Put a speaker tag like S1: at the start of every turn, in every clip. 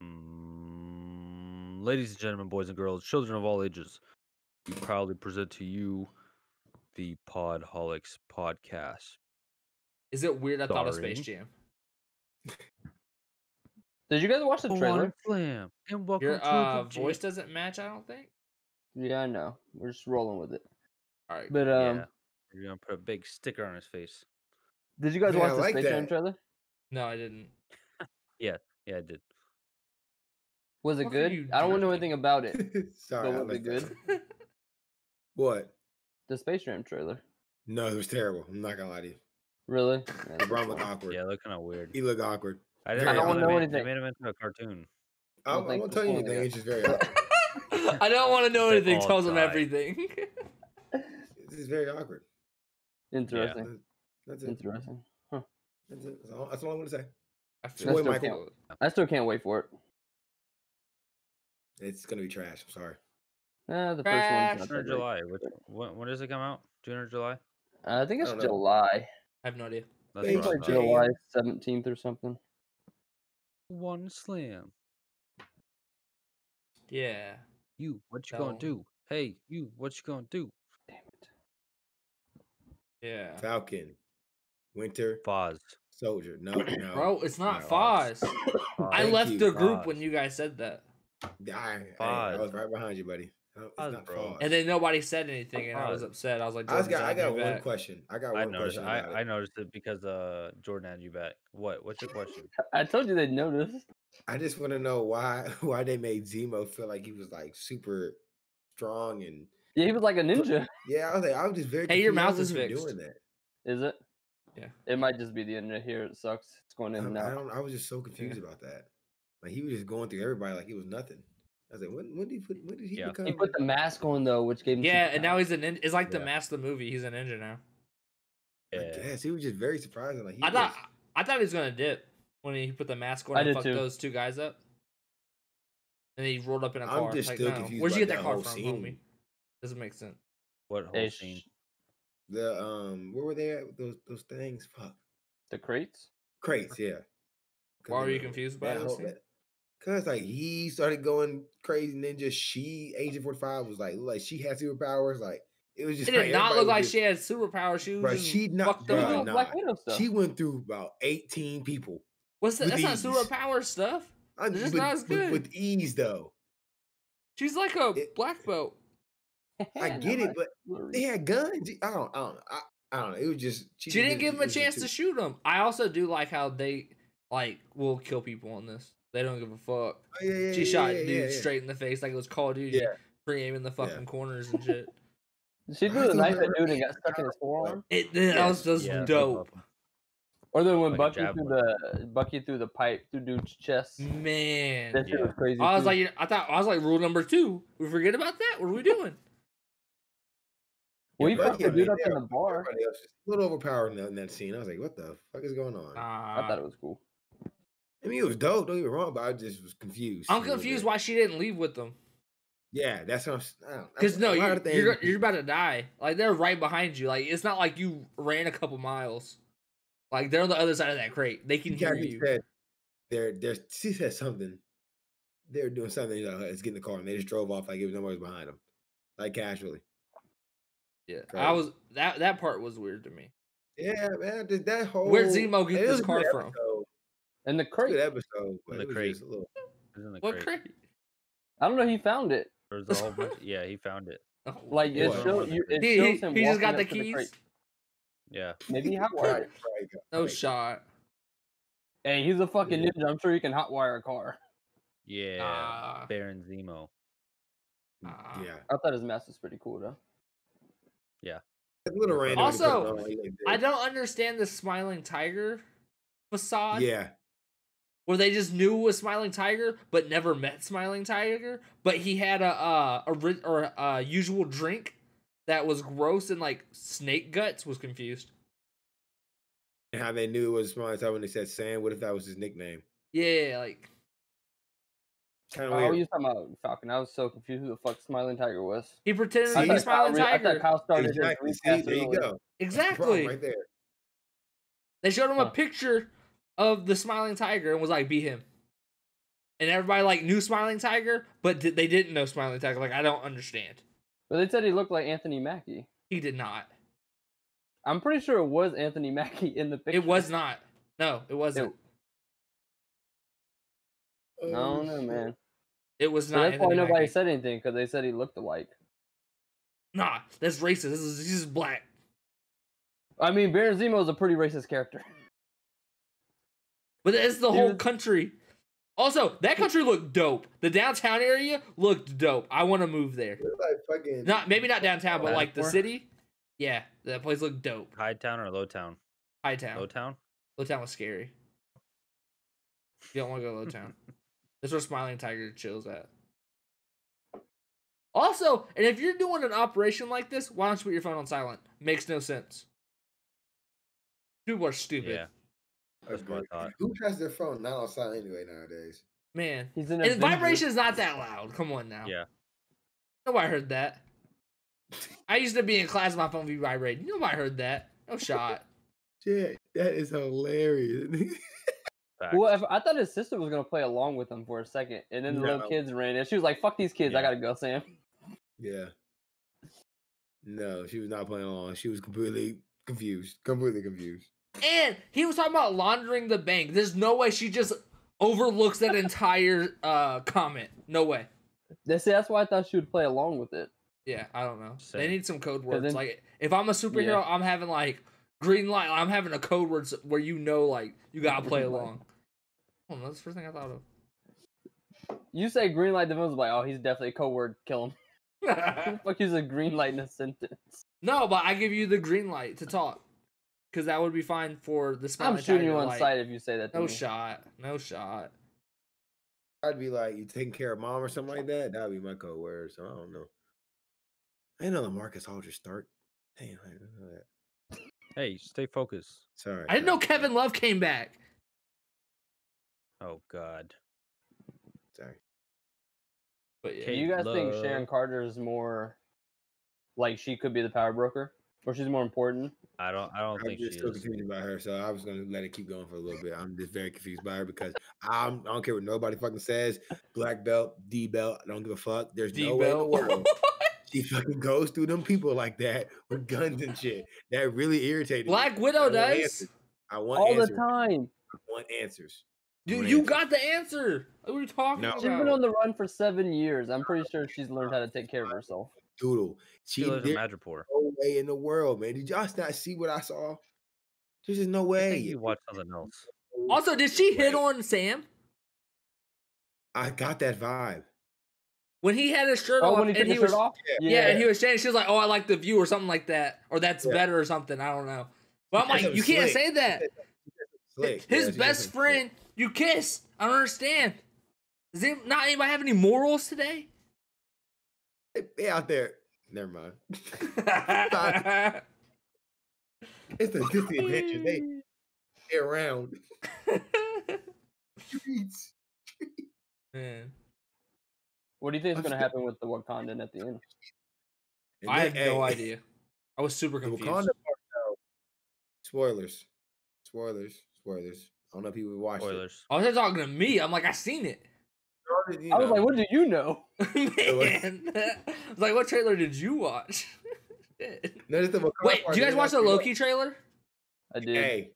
S1: Mm, ladies and gentlemen, boys and girls, children of all ages, we proudly present to you the Podholics podcast.
S2: Is it weird? I thought of
S1: Sorry.
S2: Space Jam.
S3: Did you guys watch the
S1: Go on
S3: trailer?
S1: and Flam, and welcome
S2: Your
S1: to
S2: uh,
S1: the
S2: voice doesn't match. I don't think.
S3: Yeah, I know. We're just rolling with it.
S2: All right.
S3: But um,
S1: yeah. You're gonna put a big sticker on his face.
S3: did you guys
S4: Yeah, I
S3: watch the
S4: like
S3: Space Jam
S4: that.
S3: trailer?
S2: No, I didn't.
S1: Yeah, I did.
S3: Was it
S2: What are you
S3: good? I don't know
S2: doing?
S3: anything about it.
S4: Sorry,
S3: But
S4: I
S3: was it
S4: like that.
S3: good?
S4: What?
S3: The Space Jam trailer.
S4: No, it was terrible. I'm not gonna lie to you.
S3: Really? Yeah, that's
S4: LeBron looked
S3: fine.
S4: awkward.
S1: Yeah, they're kind of weird.
S4: He looked awkward.
S1: I
S4: I don't
S1: they
S3: know
S1: made- They
S3: anything.
S1: made him into a cartoon.
S4: I,
S3: Well,
S4: I
S3: thanks
S4: won't
S3: for
S4: tell you
S3: pointing it
S4: anything.
S3: out.
S4: It's just very awkward.
S2: I don't want to know
S1: They
S2: anything.
S1: all
S2: Tells him
S1: die.
S2: everything.
S4: It's just very awkward.
S3: Interesting.
S4: That- That's it.
S3: Interesting.
S4: That's, it. That's all, that's all I'm gonna say.
S2: I
S4: Boy,
S2: so
S4: Michael.
S2: cool.
S3: I still can't wait for it.
S4: It's gonna be trash. I'm sorry.
S3: Nah, Eh, the first one's
S2: Crash.
S3: not
S1: June or
S3: that great.
S1: July? Which, when, when does it come out? June or July?
S3: I think it's
S4: I don't know.
S3: July.
S2: I have no idea.
S1: That's
S4: They
S1: what I
S4: play
S1: thought.
S4: June.
S3: July seventeenth or something.
S1: One slam.
S2: Yeah.
S1: You, what you
S2: No.
S1: gonna do? Hey, you, what you gonna do?
S3: Damn it.
S2: Yeah.
S4: Falcon, Winter
S1: Foz.
S4: Soldier. No, no,
S2: Bro, it's not
S4: no,
S2: Foz.
S4: Oz.
S2: I
S4: Thank
S2: left
S4: you,
S2: the group when
S1: Foz.
S2: you guys said that,
S4: I, I, I
S1: Foz.
S4: was right behind you, buddy. No, it's
S1: Foz,
S4: not
S1: bro.
S4: Foz.
S2: and then nobody said anything, and I was
S1: Foz.
S2: upset. I was like,
S4: I was
S2: "Jordan,
S4: got. I
S2: sign me
S4: got one
S2: back."
S4: question. I got
S1: I
S4: one
S1: noticed.
S4: question.
S1: I,
S4: about
S1: I
S4: it.
S1: noticed it because uh Jordan had you back. What? What's your question?
S3: I told you they'd notice.
S4: I just want to know why why they made Zemo feel like he was like super strong and
S3: Yeah, he was like a ninja.
S4: yeah. I was like, I'm just very.
S2: Hey, your
S4: confused. I
S2: mouth
S4: wasn't
S2: is
S4: even
S2: fixed.
S4: doing that.
S3: Is it?
S2: Yeah.
S3: It might just be the internet here. It sucks. It's going in
S4: I'm-
S3: and
S4: Um, I,
S3: out.
S4: don't. I was just so confused about that. Like he was just going through everybody like he was nothing. I was like, when when did he put, when did he
S1: Yeah. He
S4: become?
S3: He put the mask on though, which gave him.
S2: Yeah, and
S3: superpowers.
S2: now he's an. Nin- it's like the
S1: Yeah.
S2: mask of the movie. He's an ninja now.
S4: I
S1: Yeah.
S4: guess he was just very surprising. Like he
S2: I thought.
S4: was-
S2: I thought he was gonna dip when he put the mask on
S3: I
S2: and
S3: did
S2: fucked
S3: too.
S2: those two guys up. And he rolled up in a
S4: I'm
S2: car.
S4: just
S2: like,
S4: still
S2: no.
S4: confused
S2: Where'd you
S4: by
S2: get that
S4: that
S2: car
S4: whole
S2: from,
S4: scene.
S2: homie? Doesn't make sense.
S1: What whole
S3: Hey, sh-
S1: scene?
S4: the um where were they at? Those those things? Fuck
S3: the crates.
S4: crates. Yeah. 'Cause
S2: Why
S4: they
S2: were you
S4: were-
S2: confused by
S4: that
S2: this
S4: whole-
S2: scene?
S4: that- Cause like he started going crazy, and then just she, Agent Forty Five, was like, like she had superpowers. Like it was
S2: It
S4: just.
S2: did not
S4: everybody
S2: look
S4: was
S2: like
S4: just-
S2: she had superpower shoes.
S4: Bruh, she not-
S2: fucked
S3: He was
S4: Bruh,
S2: them
S3: doing
S2: up.
S4: nah.
S3: Black Widow stuff.
S4: She went through about eighteen people.
S2: What's that? That's
S4: with
S2: not
S4: ease.
S2: superpower stuff.
S4: I-
S2: This is
S4: with,
S2: not as
S4: with-
S2: good.
S4: with ease though.
S2: She's like a
S4: It-
S2: black belt.
S4: I
S3: Yeah,
S4: get
S3: no,
S4: it, but
S3: Absolutely.
S4: they had guns. I don't, I don't, know. I, I don't know. It was just
S2: She,
S4: was
S2: didn't
S4: just-
S2: give him a
S4: it was just
S2: chance
S4: too-
S2: to shoot him. I also do like how they like will kill people on this. They don't give a fuck.
S4: Oh, yeah, yeah,
S2: She
S4: yeah,
S2: shot
S4: yeah,
S2: dude
S4: yeah, yeah.
S2: straight in the face like it was Call of Duty.
S4: Yeah.
S2: Free aim in the fucking corners and shit.
S3: She
S4: I
S3: threw the
S4: don't
S3: knife at
S4: remember
S3: dude and
S4: being
S3: got stuck in his
S4: powerful,
S3: forearm.
S2: It that
S4: Yeah,
S2: was just
S1: yeah,
S2: dope.
S3: Or then
S1: Like
S3: when
S1: a
S3: Bucky threw
S1: javelin.
S3: the Bucky through the pipe through dude's chest.
S2: Man.
S3: That shit
S1: Yeah.
S3: was crazy.
S2: I was
S3: too.
S2: like, you- I thought I was like rule number two. We forget about that. What are we doing?
S3: well,
S4: Yeah,
S3: he
S4: Bucky
S3: fucked the
S4: was
S3: dude
S4: right
S3: up in
S4: there.
S3: the bar.
S4: Everybody else was a little overpowered in that, in that scene. I was like, what the fuck is going on?
S2: Uh,
S3: I thought it was cool.
S4: I mean, it was dope. Don't get me wrong, but I just was confused.
S2: I'm
S4: a little
S2: confused
S4: bit.
S2: why she didn't leave with them.
S4: Yeah, that's what I'm. s- I don't-
S2: Because
S4: I-
S2: no,
S4: why
S2: you're,
S4: are they-
S2: you're you're about to die. Like they're right behind you. Like it's not like you ran a couple miles. Like they're on the other side of that crate. They can hear
S4: Kathy
S2: you.
S4: said they're they're she said something. They were doing something. Like, let's get in the car, and they just drove off like it was nobody was behind them, like casually.
S2: Yeah, I
S4: Crazy.
S2: was that that part was weird to me.
S4: Yeah, man, just that whole
S2: Where'd Zemo get
S4: it
S2: this
S4: was a
S2: car
S4: good
S2: from?
S4: episode,
S3: And the
S4: it was a
S3: crate.
S4: Good episode, but
S1: the
S4: it was
S1: crate.
S4: just a little.
S1: It's in the
S2: What
S1: crate.
S2: crate?
S3: I don't know. He found it.
S1: There's a whole bunch. Yeah, he found it.
S2: Oh,
S3: Like it,
S4: What?
S3: show, you, it
S2: he, he-
S3: shows him.
S2: he just
S3: walking
S2: got the
S3: up to
S2: keys.
S3: crate.
S1: Yeah.
S3: Maybe he
S4: Right,
S3: hotwired it.
S4: right,
S2: no
S4: right.
S2: shot.
S3: Hey, he's a fucking
S4: Yeah.
S3: ninja. I'm sure he can hotwire a car.
S1: Yeah.
S2: Ah.
S1: Baron Zemo.
S2: Ah.
S4: Yeah,
S3: I thought his mask was pretty cool though.
S4: it's a little
S1: Yeah.
S4: random. he put it
S2: Also,
S4: on, like,
S2: I don't understand the smiling tiger facade.
S4: Yeah,
S2: Where they just knew it was Smiling Tiger, but never met Smiling Tiger. But he had a uh, a ri- or a usual drink that was gross and like snake guts. Was confused.
S4: and how they knew it was my time when they said Sam. What if that was his nickname?
S2: Yeah, like
S4: Kind
S3: Oh,
S4: of
S3: you
S4: weird.
S3: was talking about Falcon. I was so confused who the fuck Smiling Tiger was.
S2: he pretended
S4: See,
S2: to
S3: I
S2: be
S3: thought,
S2: Smiling
S3: Kyle, re- I
S2: Tiger.
S3: thought Kyle started his
S4: Exactly. See,
S3: recap
S4: there you
S3: earlier.
S4: go. That's the problem
S2: Exactly.
S4: right there.
S2: They showed him a
S3: Huh.
S2: picture of the Smiling Tiger and was like, "Be him." and everybody like knew Smiling Tiger, but di- they didn't know Smiling Tiger. Like I don't understand.
S3: But they said he looked like Anthony Mackie.
S2: He did not.
S3: I'm pretty sure it was Anthony Mackie in the picture.
S2: It was not. No, it wasn't.
S3: I don't
S4: Oh,
S3: know, man.
S2: It, was
S3: So
S2: not.
S3: that's why
S2: Anthony
S3: nobody
S2: Mackie.
S3: said anything because they said he looked alike.
S2: Nah, that's racist. This is, he's black.
S3: I mean, Baron Zemo is a pretty racist character.
S2: But that's the
S3: He
S2: whole
S3: was-
S2: country. Also, that country looked dope. The downtown area looked dope. I want to move there.
S4: You're like fucking.
S2: Not maybe not downtown, but like the
S3: Matterport?
S2: city. Yeah, that place looked dope.
S1: High town or low town?
S2: High
S1: Low
S2: town.
S1: town.
S2: Low town was scary. You don't want to go to low town. That's where Smiling Tiger chills at. Also, and if you're doing an operation like this, why don't you put your phone on silent? Makes no sense. People are stupid.
S1: Yeah, that's what I
S4: Agreed.
S1: thought.
S4: Who has their phone not on silent anyway nowadays?
S2: Man.
S3: He's in a
S2: And vibration's not that loud. Come on now.
S1: Yeah.
S2: Nobody heard that. I used to be in class, my phone be vibrating. Nobody heard that. No shot.
S4: Shit, that is hilarious.
S1: Facts.
S3: Well, if, I thought his sister was gonna play along with him for a second, and then the
S4: No.
S3: little kids ran in. She was like, "Fuck these kids, I
S1: Yeah.
S3: gotta go, Sam."
S4: yeah. No, she was not playing along. She was completely confused. Completely confused.
S2: And he was talking about laundering the bank. There's no way she just overlooks that entire uh comment. No way.
S3: They say that's why I thought she would play along with it.
S2: Yeah, I don't know. They
S1: Same.
S2: need some code words.
S3: then-
S2: Like if I'm a superhero, I'm having like green light. I'm having a code words where you know like you gotta play
S3: Green light.
S2: along. Oh, that's the first thing I thought
S3: You say green light, the villain's like, "Oh, he's definitely a code word. Kill him."
S2: of.
S3: Who the fuck use a green light in a sentence?
S2: No, but I give you the green light to talk, because that would be fine for the
S3: I'm
S2: smiling
S3: shooting you
S2: tiger
S3: on
S2: light.
S3: sight if you say that. To
S2: No
S3: me.
S2: shot. No shot.
S4: I'd be like, you taking care of mom or something like that? That would be my code word. So I don't know. I didn't know the Marcus Aldridge start. Damn, I didn't know that.
S1: hey, stay focused.
S4: Sorry.
S2: I didn't know
S4: guys.
S2: Kevin Love came back.
S1: Oh God.
S4: Sorry.
S2: But yeah,
S3: Do you guys think Sharon Carter is more like she could be the power broker, or she's more important?
S1: I don't. I don't
S4: I'm
S1: think she
S4: just still
S1: is.
S4: confused about her, so I was gonna let it keep going for a little bit. I'm just very confused by her because I'm, I don't care what nobody fucking says. Black belt, D belt, I don't give a fuck. There's no way in the
S2: D-Bell.
S4: world she fucking goes through them people like that with guns and shit. That really irritated me.
S2: Black Widow
S4: What
S2: does.
S4: answer? I want
S3: All the
S4: answers.
S3: time.
S4: I want answers.
S2: You,
S4: What
S2: you
S4: answer?
S2: got the answer. What are you talking
S4: No.
S3: She's been
S2: about?
S3: on the run for seven years. I'm pretty sure she's learned how to take care of herself.
S4: Doodle. She
S1: She lives in
S4: did
S1: Madripoor.
S4: no way in the world, man. Did y'all not see what I saw? There's just no
S1: I
S4: way.
S1: think you watch something else.
S2: also, did she hit
S4: Wait.
S2: on Sam
S4: I got that vibe.
S2: when he had his shirt
S3: Oh,
S2: off?
S3: when he took
S2: and
S3: his
S2: he
S3: shirt
S2: was,
S3: off.
S2: Yeah. and he was saying she was like, "Oh, I like the view" or something like that, or "That's
S4: Yeah.
S2: better" or something. I don't know. But I'm like,
S4: That's some
S2: you can't
S4: slick.
S2: say that.
S4: Slick. Yeah,
S2: His
S4: she got
S2: best
S4: some slick.
S2: friend, you kiss. I don't understand. Does any- not anybody have any morals today?
S4: They- They out there. Never mind.
S2: That's
S4: It's the Disney adventure. They they around streets.
S3: What do you think is going
S4: I'm
S3: to
S4: still-
S3: happen with the Wakandan at the end?
S4: And
S2: I
S4: they-
S2: have no
S4: hey,
S2: idea. I was super
S4: the Wakanda
S2: confused.
S4: part, though, Spoilers. Spoilers. Spoilers. I don't know if people watched it.
S1: Spoilers.
S2: Oh, they're talking to me. I'm like, I seen it.
S4: Spoilers.
S3: I was like, what do you know?
S2: Man. I was like, what trailer did you watch? Shit.
S4: No, just the Wakanda
S2: Wait,
S4: part,
S2: do you
S4: they
S2: guys
S4: like,
S2: watch the
S4: you know,
S2: Loki trailer?
S3: I did.
S4: Hey,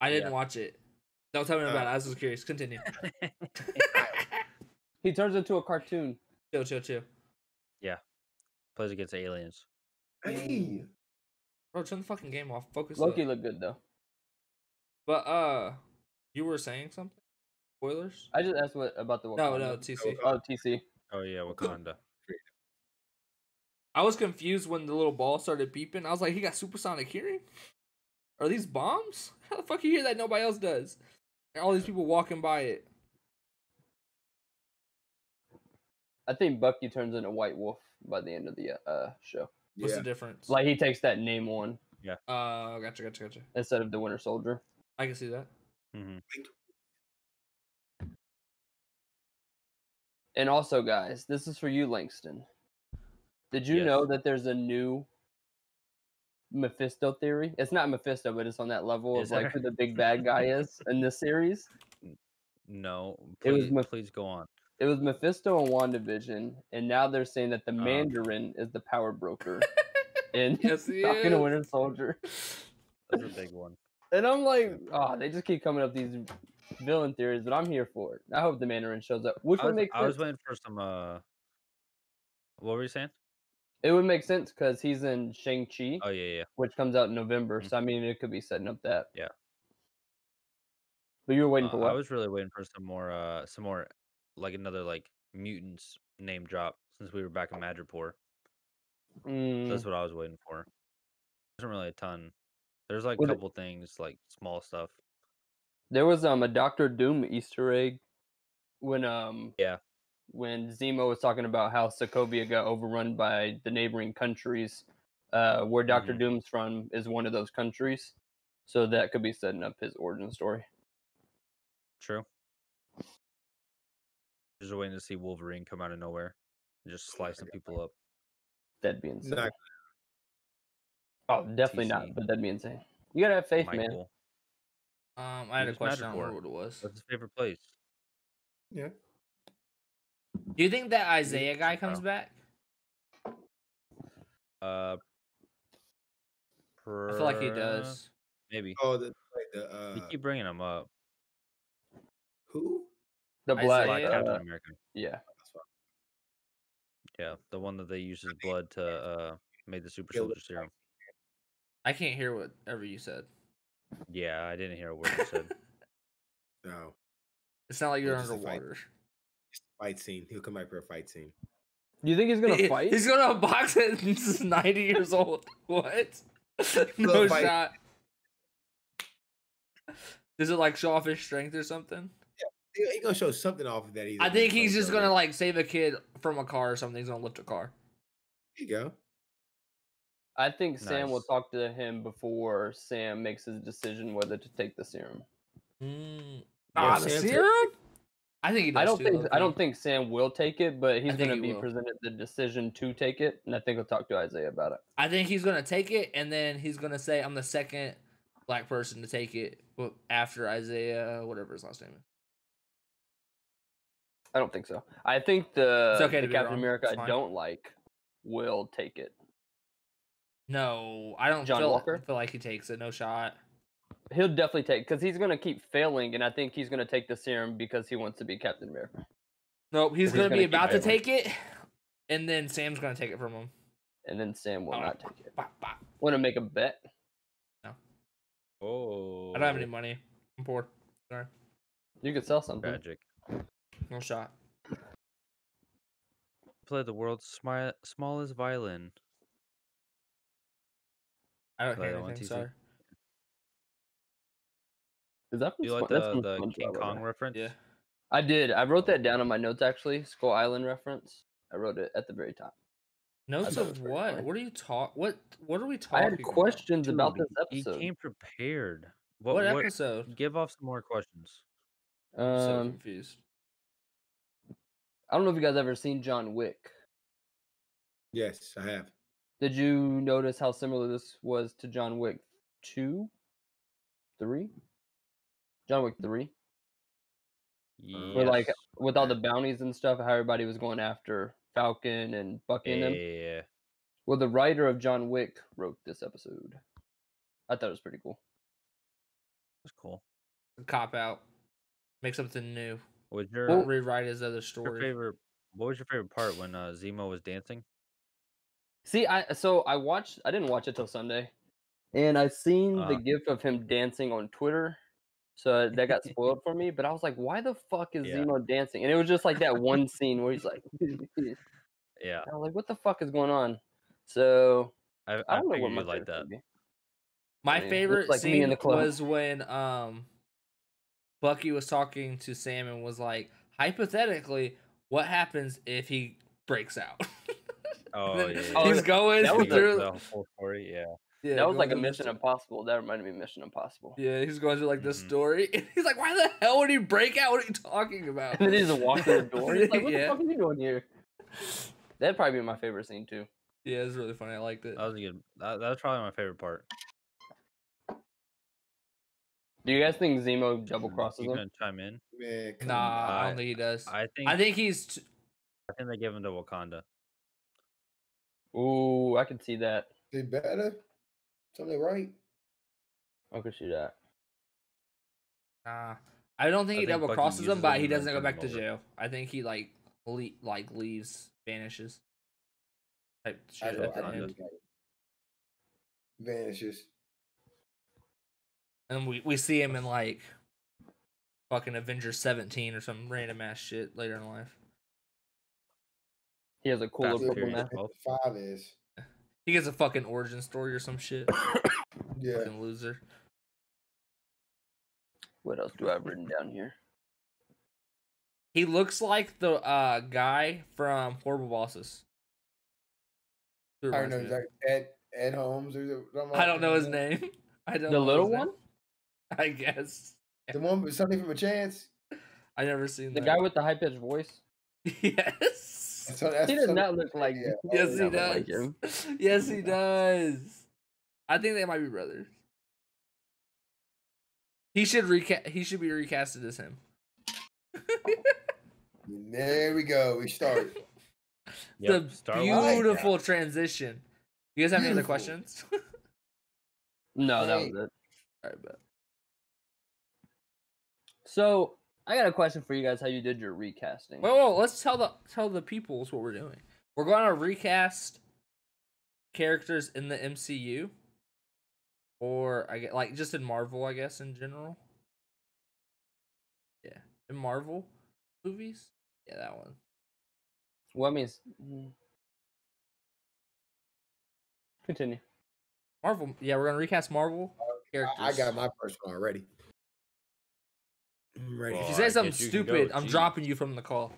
S2: I didn't
S1: Yeah.
S2: watch it. Don't tell me about
S4: Uh,
S2: it. I was just curious. Continue.
S3: He turns into a cartoon.
S2: chill, chill, chill.
S1: Plays against aliens.
S4: hey.
S2: Bro, turn the fucking game off. Focus. up.
S3: Loki looked good though.
S2: But uh, you were saying something? Spoilers?
S3: I just asked what about the Wakanda.
S2: No, no, TC.
S3: Oh, TC.
S1: Oh yeah, Wakanda.
S2: I was confused when the little ball started beeping. I was like, he got supersonic hearing? Are these bombs? How the fuck you hear that nobody else does? And all these people walking by it.
S3: I think Bucky turns into White Wolf by the end of the uh, show.
S2: What's
S4: Yeah.
S2: the difference?
S3: Like he takes that name on
S2: uh, gotcha, gotcha, gotcha.
S3: instead of the Winter Soldier.
S2: I can see that.
S1: hmm
S3: And also, guys, this is for you, Langston. Did you
S1: Yes.
S3: know that there's a new Mephisto theory? It's not Mephisto, but it's on that level
S1: Is
S3: of like
S1: there?
S3: who the big bad guy is in this series.
S1: No.
S3: It was
S1: Please,
S3: Meph-
S1: please go on.
S3: It was Mephisto and WandaVision, and now they're saying that the
S1: Oh.
S3: Mandarin is the power broker in
S2: Yes, he
S3: Falcon and
S2: is.
S3: Winter Soldier.
S1: That's a big one.
S3: And I'm like, oh, they just keep coming up these villain theories, but I'm here for it. I hope the Mandarin shows up, which
S1: I
S3: would
S1: was,
S3: make
S1: I was
S3: sense.
S1: waiting for some. uh What were you saying?
S3: It would make sense because he's in Shang Chi,
S1: Oh yeah, yeah.
S3: which comes out in November.
S1: Mhm.
S3: So I mean, it could be setting up that.
S1: Yeah.
S3: But you were waiting
S1: Uh,
S3: for
S1: I
S3: what?
S1: was really waiting for some more, uh some more, like another like mutants name drop since we were back in Madripoor.
S3: Mm,
S1: That's what I was waiting for. There wasn't really a ton. There's like a
S3: Was it-
S1: couple things, like small stuff.
S3: There was um a Doctor Doom Easter egg when um
S1: Yeah.
S3: when Zemo was talking about how Sokovia got overrun by the neighboring countries, uh, where Doctor
S1: Mhm.
S3: Doom's from is one of those countries, so that could be setting up his origin story.
S1: True. Just waiting to see Wolverine come out of nowhere and just slicing people up.
S3: That'd be insane.
S4: Not-
S3: oh, definitely
S1: TC.
S3: not, but that'd be insane. You gotta have faith, man.
S1: Michael.
S2: Um, I had a
S1: Use
S2: question. I don't remember
S1: Madripoor.
S2: what it was.
S1: That's his favorite place.
S4: Yeah.
S2: Do you think that Isaiah guy comes
S1: Bro.
S2: back?
S1: Uh,
S2: I feel like he
S1: per-
S2: does.
S1: Maybe.
S4: Oh, the, like the uh,
S1: you keep bringing him up.
S4: who?
S3: The
S2: I
S3: black,
S1: Black
S2: say,
S3: uh,
S1: Captain America.
S3: yeah,
S1: Yeah, the one that they use his blood to uh make the super
S4: Yeah,
S1: soldier
S4: Luke
S1: serum.
S2: I can't hear whatever you said.
S1: Yeah, I didn't hear a word you said.
S4: No,
S2: It's not like you're
S4: Well, just a fight.
S2: underwater.
S4: it's a fight scene. He'll come back for a fight scene.
S3: Do you think he's gonna
S2: He-
S3: fight?
S2: He's gonna box it. and He's ninety years old. What? no
S4: Little fight.
S2: shot. Does it like show off his strength or something?
S4: He- He gonna show something off of that.
S2: I think he's just gonna
S4: Like,
S2: like save a kid from a car or something. He's gonna lift a car.
S4: there you go.
S3: I think Sam will
S1: Nice.
S3: talk to him before Sam makes his decision whether to take the serum.
S2: Mm.
S4: Yeah,
S2: Ah, the
S4: Sam's-
S2: serum? I think he does.
S3: Hmm. I don't
S2: too,
S3: think I
S2: low-key.
S3: don't think Sam will take it, but he's
S2: I think
S3: going to
S2: he
S3: be
S2: will.
S3: presented the decision to take it, and I think he'll talk to Isaiah about it.
S2: I think he's gonna take it, and then he's gonna say, "I'm the second black person to take it w- after Isaiah, whatever his last name is."
S3: I don't think so. I think the,
S2: okay to
S3: the
S2: be
S3: Captain
S2: wrong,
S3: America
S2: it's
S3: I
S2: fine.
S3: don't like will take it.
S2: No, I don't
S3: John
S2: feel,
S3: Walker?
S2: feel like he takes it. No shot.
S3: He'll definitely take because he's going to keep failing, and I think he's going to take the serum because he wants to be Captain America,
S2: Nope, he's,
S3: He's
S2: gonna,
S3: gonna
S2: be
S3: keep
S2: about to
S3: failing.
S2: take it, and then Sam's gonna take it from him.
S3: and then Sam will
S2: Oh.
S3: not take it.
S2: Bop, bop.
S3: Want to make a bet?
S1: Oh,
S2: I don't have any money. I'm poor.
S3: You could sell something.
S1: Tragic.
S2: No shot.
S1: Play the world's smi- smallest violin.
S2: I don't
S1: Play
S2: hear
S1: that one,
S2: anything.
S1: TC.
S2: Sorry.
S3: Is that from
S1: Do you like
S3: Spon- that's
S1: the,
S3: from
S1: the
S3: SpongeBob,
S1: King
S3: right?
S1: Kong reference?
S2: Yeah.
S3: I did. I wrote that down in my notes actually. Skull Island reference. I wrote it at the very top.
S2: Notes
S3: thought it
S2: of
S3: was very
S2: what?
S3: funny.
S2: What are you talk? What? What are we
S3: I
S2: talking?
S3: had
S2: about?
S3: questions about this
S1: Dude,
S3: episode.
S1: He came prepared. What,
S2: What,
S1: what,
S2: episode?
S1: Give off some more questions.
S2: I'm so
S3: um,
S2: confused.
S3: I don't know if you guys ever seen John Wick.
S4: Yes, I have.
S3: Did you notice how similar this was to John Wick 2? 3? John Wick 3?
S1: Yes.
S3: Where like with all
S4: Okay.
S3: the bounties and stuff, how everybody was going after Falcon and Bucky and them.
S1: Yeah.
S3: Well, the writer of John Wick wrote this episode. I thought it was pretty cool.
S1: That's cool.
S2: Cop out. Make something new.
S1: Was your,
S3: Well,
S2: Rewrite his other
S1: your
S2: story.
S1: favorite? What was your favorite part when uh, Zemo was dancing?
S3: See, I so I watched I didn't watch it till Sunday. And I seen the
S1: Uh.
S3: gif of him dancing on Twitter. So that got spoiled for me, but I was like, why the fuck is
S1: Yeah.
S3: Zemo dancing? And it was just like that one scene where he's like
S1: Yeah,
S3: I was like, what the fuck is going on? So
S1: I, I,
S3: I don't know
S1: figured
S3: what
S1: you
S3: my
S1: would like that.
S2: My
S3: I mean, looks
S2: favorite
S3: like me in
S2: scene
S3: the club.
S2: was when um Bucky was talking to Sam and was like, hypothetically, what happens if he breaks out?
S1: Oh,
S2: Then
S1: yeah, yeah,
S3: Oh,
S2: he's
S1: yeah.
S2: going
S3: that was a-
S2: through.
S1: the whole story. Yeah,
S2: yeah,
S3: that
S2: going
S3: was like a
S2: through the
S3: Mission
S2: sto-
S3: Impossible. That reminded me of Mission Impossible.
S2: Yeah, he's going through like this
S1: Mhm.
S2: story. And he's like, why the hell would he break out? What are you talking about?
S3: And then he just walked through the door. He's like, what the
S2: yeah.
S3: fuck are you doing here? That'd probably be my favorite scene too.
S2: yeah, it's really funny. I
S1: Oh,
S2: liked it.
S1: that was a good. That, that was probably my favorite part.
S3: Do you guys think Zemo double crosses
S1: um, You
S3: him?
S1: gonna chime in?
S4: Man, come
S2: Nah, I,
S1: I-
S2: don't think he does. I,
S1: I think. I think.
S2: think he's. T-
S1: I think they give him to Wakanda.
S3: Ooh, I can see that.
S4: They better. Something right.
S3: I could see that.
S2: nah, I don't think
S1: I
S2: he
S1: think
S2: double
S1: Bucky
S2: crosses
S1: uses
S2: him, but
S1: him
S2: he
S1: and then
S2: doesn't go
S1: turns him
S2: back to
S1: over.
S2: jail. I think he like le- like leaves, vanishes. Type
S4: I
S2: shit.
S4: know,
S1: that's
S4: I
S1: on
S4: know
S1: him.
S4: you got it. Vanishes.
S2: And we, we see him in like fucking Avengers 17 or some random ass shit later in life.
S3: He has a cool
S1: Fast
S3: little
S1: and
S3: purple
S1: Furious
S3: mask.
S4: That's what the Five is.
S2: He gets a fucking origin story or some shit.
S4: Yeah.
S2: Fucking loser.
S3: What else do I have written down here?
S2: He looks like the uh guy from Horrible Bosses. Who
S4: I
S2: reminds
S4: don't know.
S2: me
S4: Is
S2: of-
S4: that Ed Ed Holmes or something like
S2: I don't know his
S4: that?
S2: name. I don't
S3: The
S2: know
S3: little
S2: his name,
S3: one?
S2: I guess.
S4: The one with something from a chance.
S2: I never seen
S3: The
S2: that.
S3: guy with the high pitched voice?
S2: Yes.
S4: So that's
S3: He does
S4: something-
S3: not look like
S4: yeah.
S3: Zemo.
S2: Yes, he
S3: Not like
S2: does.
S3: him.
S2: yes, he does. I think they might be brothers. He should reca- He should be recasted as him.
S4: There we go. We start.
S1: Yep,
S2: the
S1: Star Wars.
S4: Wars.
S2: beautiful transition. You guys have any other
S4: Beautiful.
S2: questions?
S3: No, that
S4: Hey.
S3: was it.
S2: All right, bet.
S3: So I got a question for you guys how you did your recasting.
S2: Whoa, whoa, let's tell the tell the peoples what we're doing. We're going to recast characters in the MCU, or I get like just in Marvel, I guess in general. Yeah, in Marvel movies. Yeah, that one.
S3: What means? mm. Continue.
S2: Marvel. Yeah, we're gonna recast Marvel characters.
S4: I, I got my first one already. I'm ready.
S2: If
S1: Well,
S2: you
S1: I
S2: say
S1: guess
S2: something
S1: you can go,
S2: stupid, I'm
S1: geez.
S2: dropping you from the call.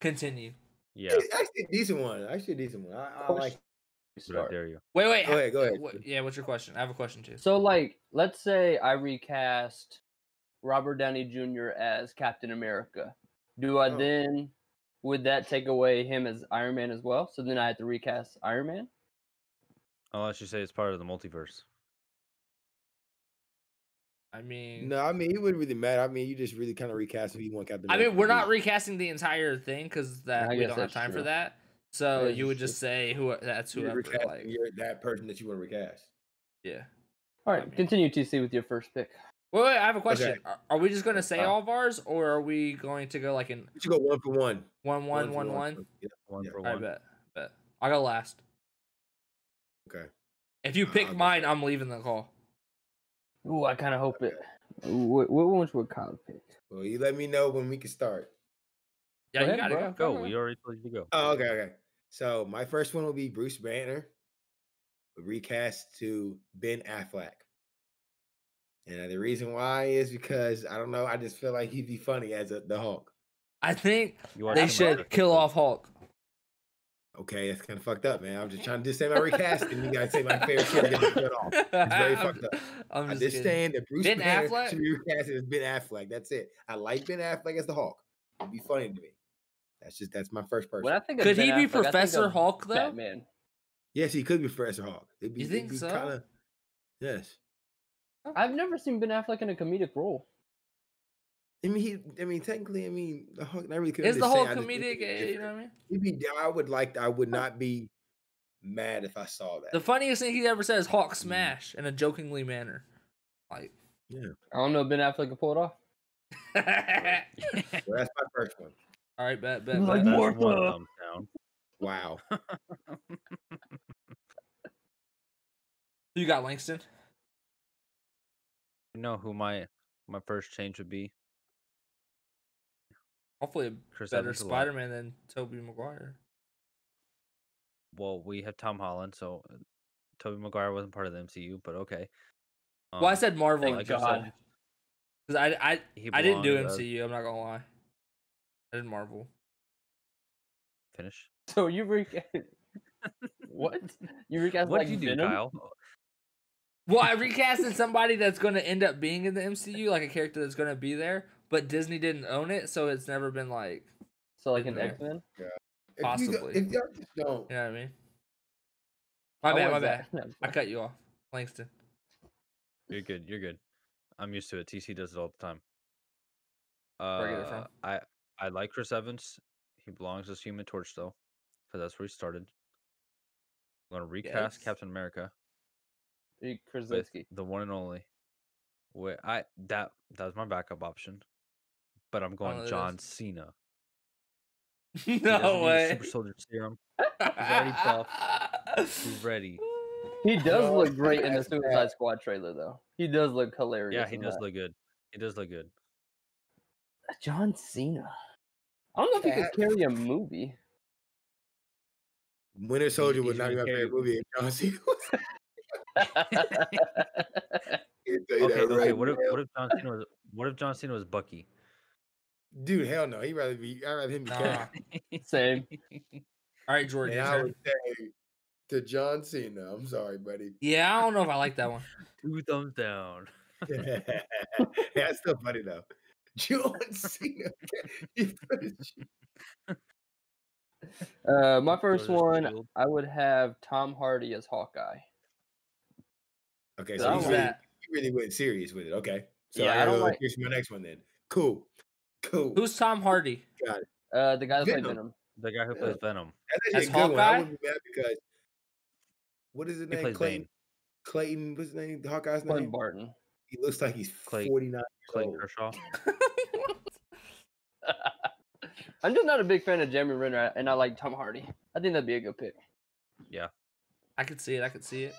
S2: Continue.
S1: Yeah.
S4: Actually, actually, a decent one. Actually, a decent one. I, I like.
S1: How
S3: Start.
S1: dare you?
S2: Wait, wait.
S4: Go ahead. Go ahead.
S2: What, yeah, what's your question? I have a question too.
S3: So, like, let's say I recast Robert Downey Jr. as Captain America. Do I
S4: Oh.
S3: then, would that take away him as Iron Man as well? So then I have to recast Iron Man?
S1: Unless you say it's part of the multiverse.
S2: I mean,
S4: No, I mean it wouldn't really matter. I mean you just really kind of recast who you want Captain.
S2: I mean,
S4: America
S2: we're
S4: to be.
S2: not recasting the entire thing because that
S3: I
S2: we
S3: guess
S2: don't have
S3: that's
S2: time for
S3: true.
S2: that. So
S3: That is
S2: you would
S3: true.
S2: just say who that's
S4: You're
S2: whoever.
S4: recasting
S2: Like,
S4: your- that person that you want to recast.
S2: yeah.
S3: All
S2: I
S3: right,
S2: mean-
S3: continue, TC, with your first pick.
S2: Wait, wait. I have a question. Are, are we just gonna say all of ours, or are we going to go like in
S4: You should go one for one.
S2: one, one,
S4: for
S2: one, one?
S4: Yeah,
S1: One
S4: Yeah.
S1: for
S2: I
S1: one.
S2: bet. Bet. I go last.
S4: Okay.
S2: If you
S4: Uh,
S2: pick
S4: I'll go
S2: mine, I'm leaving the call.
S3: Ooh, I kind of hope it. Ooh, What, what ones would Kyle pick?
S4: Well, you let me know when we can start.
S2: Yeah,
S3: Go
S2: you
S3: ahead,
S2: gotta
S3: bro.
S2: go.
S1: Go. We already told you to go.
S4: Oh, okay, okay. So my first one will be Bruce Banner, recast to Ben Affleck. And the reason why is because I don't know. I just feel like he'd be funny as a, the Hulk.
S2: I think
S1: You are
S2: they
S1: too much of
S2: should
S1: a
S2: kill
S1: creep.
S2: off Hulk.
S4: Okay, that's kind of fucked up, man. I'm just trying to just say my recasting. You gotta say my favorite shit to get the shit off. very
S2: I'm
S4: fucked up.
S2: j- I'm
S4: I
S2: just
S4: just
S2: kidding.
S4: stand that Bruce
S2: Ben
S4: Banner
S2: Affleck?
S4: should be recast as Ben Affleck. That's it. I like Ben Affleck as the Hulk. It'd be funny to me. That's just that's my first person.
S3: When I think of
S2: Could
S3: Ben
S2: he be
S3: Affleck, I think
S2: Professor
S3: of
S2: Hulk though?
S3: Batman.
S4: yes, he could be Professor Hulk. It'd be,
S2: You
S4: it'd
S2: think
S4: be
S2: so?
S4: Kinda, yes.
S3: I've never seen Ben Affleck in a comedic role.
S4: I mean, he. I mean, technically, I mean, the Hulk. Not really.
S2: Is
S4: comedic,
S2: the
S4: just saying,
S2: whole
S4: I just
S2: comedic?
S4: think it'd be
S2: eh, You know
S4: different.
S2: what I mean?
S4: It'd be- I would like. I would not be mad if I saw that.
S2: The funniest thing he ever says, "Hawk smash," in a jokingly manner. Like,
S3: I don't know if Ben Affleck can pull it off.
S2: all
S4: So that's my first one.
S2: right, bet, bet, bet.
S3: Like
S1: That's
S3: Martha.
S1: one thumbs down.
S4: Wow.
S2: You got Langston.
S1: You know who my my first change would be?
S2: Hopefully, a
S1: Chris
S2: better
S1: Evans a lot.
S2: Spider-Man than Tobey Maguire.
S1: Well, we have Tom Holland, so Toby Maguire wasn't part of the MCU, but okay.
S2: Well, I
S1: Um,
S2: said Marvel
S1: like
S2: because
S1: I said,
S2: I, I,
S1: he
S2: I didn't do
S1: belonged, uh,
S2: MCU. I'm not gonna lie. I did Marvel.
S1: Finish.
S3: So you recast. what? You recast
S1: What
S3: like
S1: did you do,
S3: Venom?
S1: Kyle?
S2: Well, I recasted somebody that's going to end up being in the MCU, like a character that's going to be there, but Disney didn't own it, so it's never been like,
S3: So like an
S2: Yeah.
S3: X Men.
S4: If you go-
S2: Possibly.
S4: if y'all just don't,
S2: you know what I mean?
S3: Oh,
S2: My bad, my bad. I cut you off, Langston.
S1: You're good. You're good. I'm used to it. TC does it all the time.
S3: Regular
S1: Uh,
S3: friend.
S1: I I like Chris Evans. He belongs as Human Torch though, because that's where he started. I'm gonna recast
S3: Yes.
S1: Captain America
S3: Hey,
S1: with
S3: Krasinski.
S1: the one and only. Wait, I that that was my backup option, but I'm going
S2: that is-
S1: John Cena. He doesn't
S2: no
S1: need a
S2: way.
S1: Super Soldier Serum. already
S2: buff.
S1: He's ready.
S3: He does
S4: No,
S3: look great in the
S4: that's bad.
S3: Suicide Squad trailer, though. He does look hilarious.
S1: Yeah, he
S3: in
S1: does
S3: that.
S1: look good. He does look good.
S3: John Cena. I don't know if he
S4: That-
S3: could carry a movie.
S4: Winter Soldier would
S1: he's
S4: not be
S1: gonna
S4: my
S1: carry-
S4: favorite movie. If John Cena was in it, tell you
S1: Okay,
S4: that
S1: okay.
S4: right
S1: what if
S4: now.
S1: what if John Cena was what if John Cena was Bucky?
S4: Dude, hell no. He'd rather be. I'd rather him be. Nah.
S2: Nah.
S3: Same.
S2: All right, Jordan.
S4: And
S2: your
S4: I
S2: turn.
S4: would say to John Cena. I'm sorry, buddy.
S2: Yeah, I don't know if I like that one.
S1: Two thumbs down.
S4: That's still funny though. John Cena. He put his-
S3: Uh, my first
S1: Throws his
S3: one,
S1: shield.
S3: I would have Tom Hardy as Hawkeye.
S4: okay,
S3: I
S4: so
S3: don't
S4: he's
S2: Who's
S3: like-
S4: really,
S2: that?
S4: he really went serious with it. Okay, so
S3: Yeah, I
S4: I gotta
S3: don't
S4: go
S3: like-
S4: here's my next one then. Cool, cool.
S2: Who's Tom Hardy?
S3: Uh, the guy that played
S4: Venom.
S3: Venom.
S1: The guy who
S4: Yeah.
S1: plays Venom.
S4: That's actually
S2: as
S4: a good one. I
S2: Hawkeye?
S4: wouldn't be mad because what is his
S1: He
S4: name?
S1: plays
S4: Clayton.
S1: Bane.
S4: Clayton. What's his name? The Hawkeye's
S3: Clint
S4: name.
S3: Barton.
S4: He looks like he's
S1: Clay-
S4: forty nine.
S1: Clayton
S4: old.
S1: Kershaw.
S3: I'm just not a big fan of Jeremy Renner, and I like Tom Hardy. I think that'd be a good pick.
S2: I could see it. I could see it.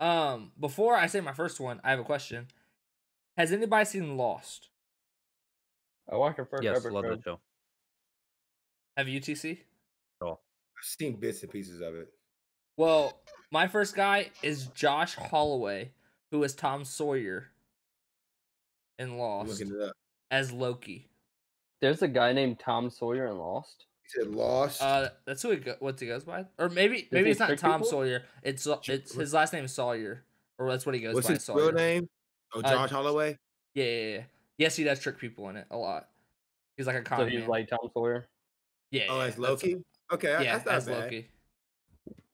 S2: Um, before I say my first one, I have a question. Has anybody seen Lost?
S3: I watched her first
S1: Yes,
S3: episode.
S1: love that show.
S2: Have you TC?
S4: I've seen bits and pieces of it.
S2: Well, my first guy is Josh Holloway, who is Tom Sawyer in
S4: I'm
S2: Lost
S4: looking it up.
S2: as Loki.
S3: There's a guy named Tom Sawyer in Lost.
S4: He said lost.
S2: Uh, that's who he go- what he goes by, or maybe maybe
S3: he
S2: it's not
S3: trick
S2: Tom
S3: people?
S2: Sawyer. It's uh, it's his last name is Sawyer, or that's what he goes
S4: What's
S2: by.
S4: his
S2: Sawyer.
S4: real name?
S2: Uh,
S4: Oh, Josh Holloway.
S2: Yeah, yeah, yeah. Yes, he does trick people in it a lot. He's like a con
S3: So he's
S2: man.
S3: like Tom Sawyer.
S2: yeah,
S4: Oh,
S2: yeah,
S4: that's
S2: that's-
S4: Loki. Okay, I-
S2: yeah,
S4: that's not
S2: that's
S4: bad.
S2: Loki.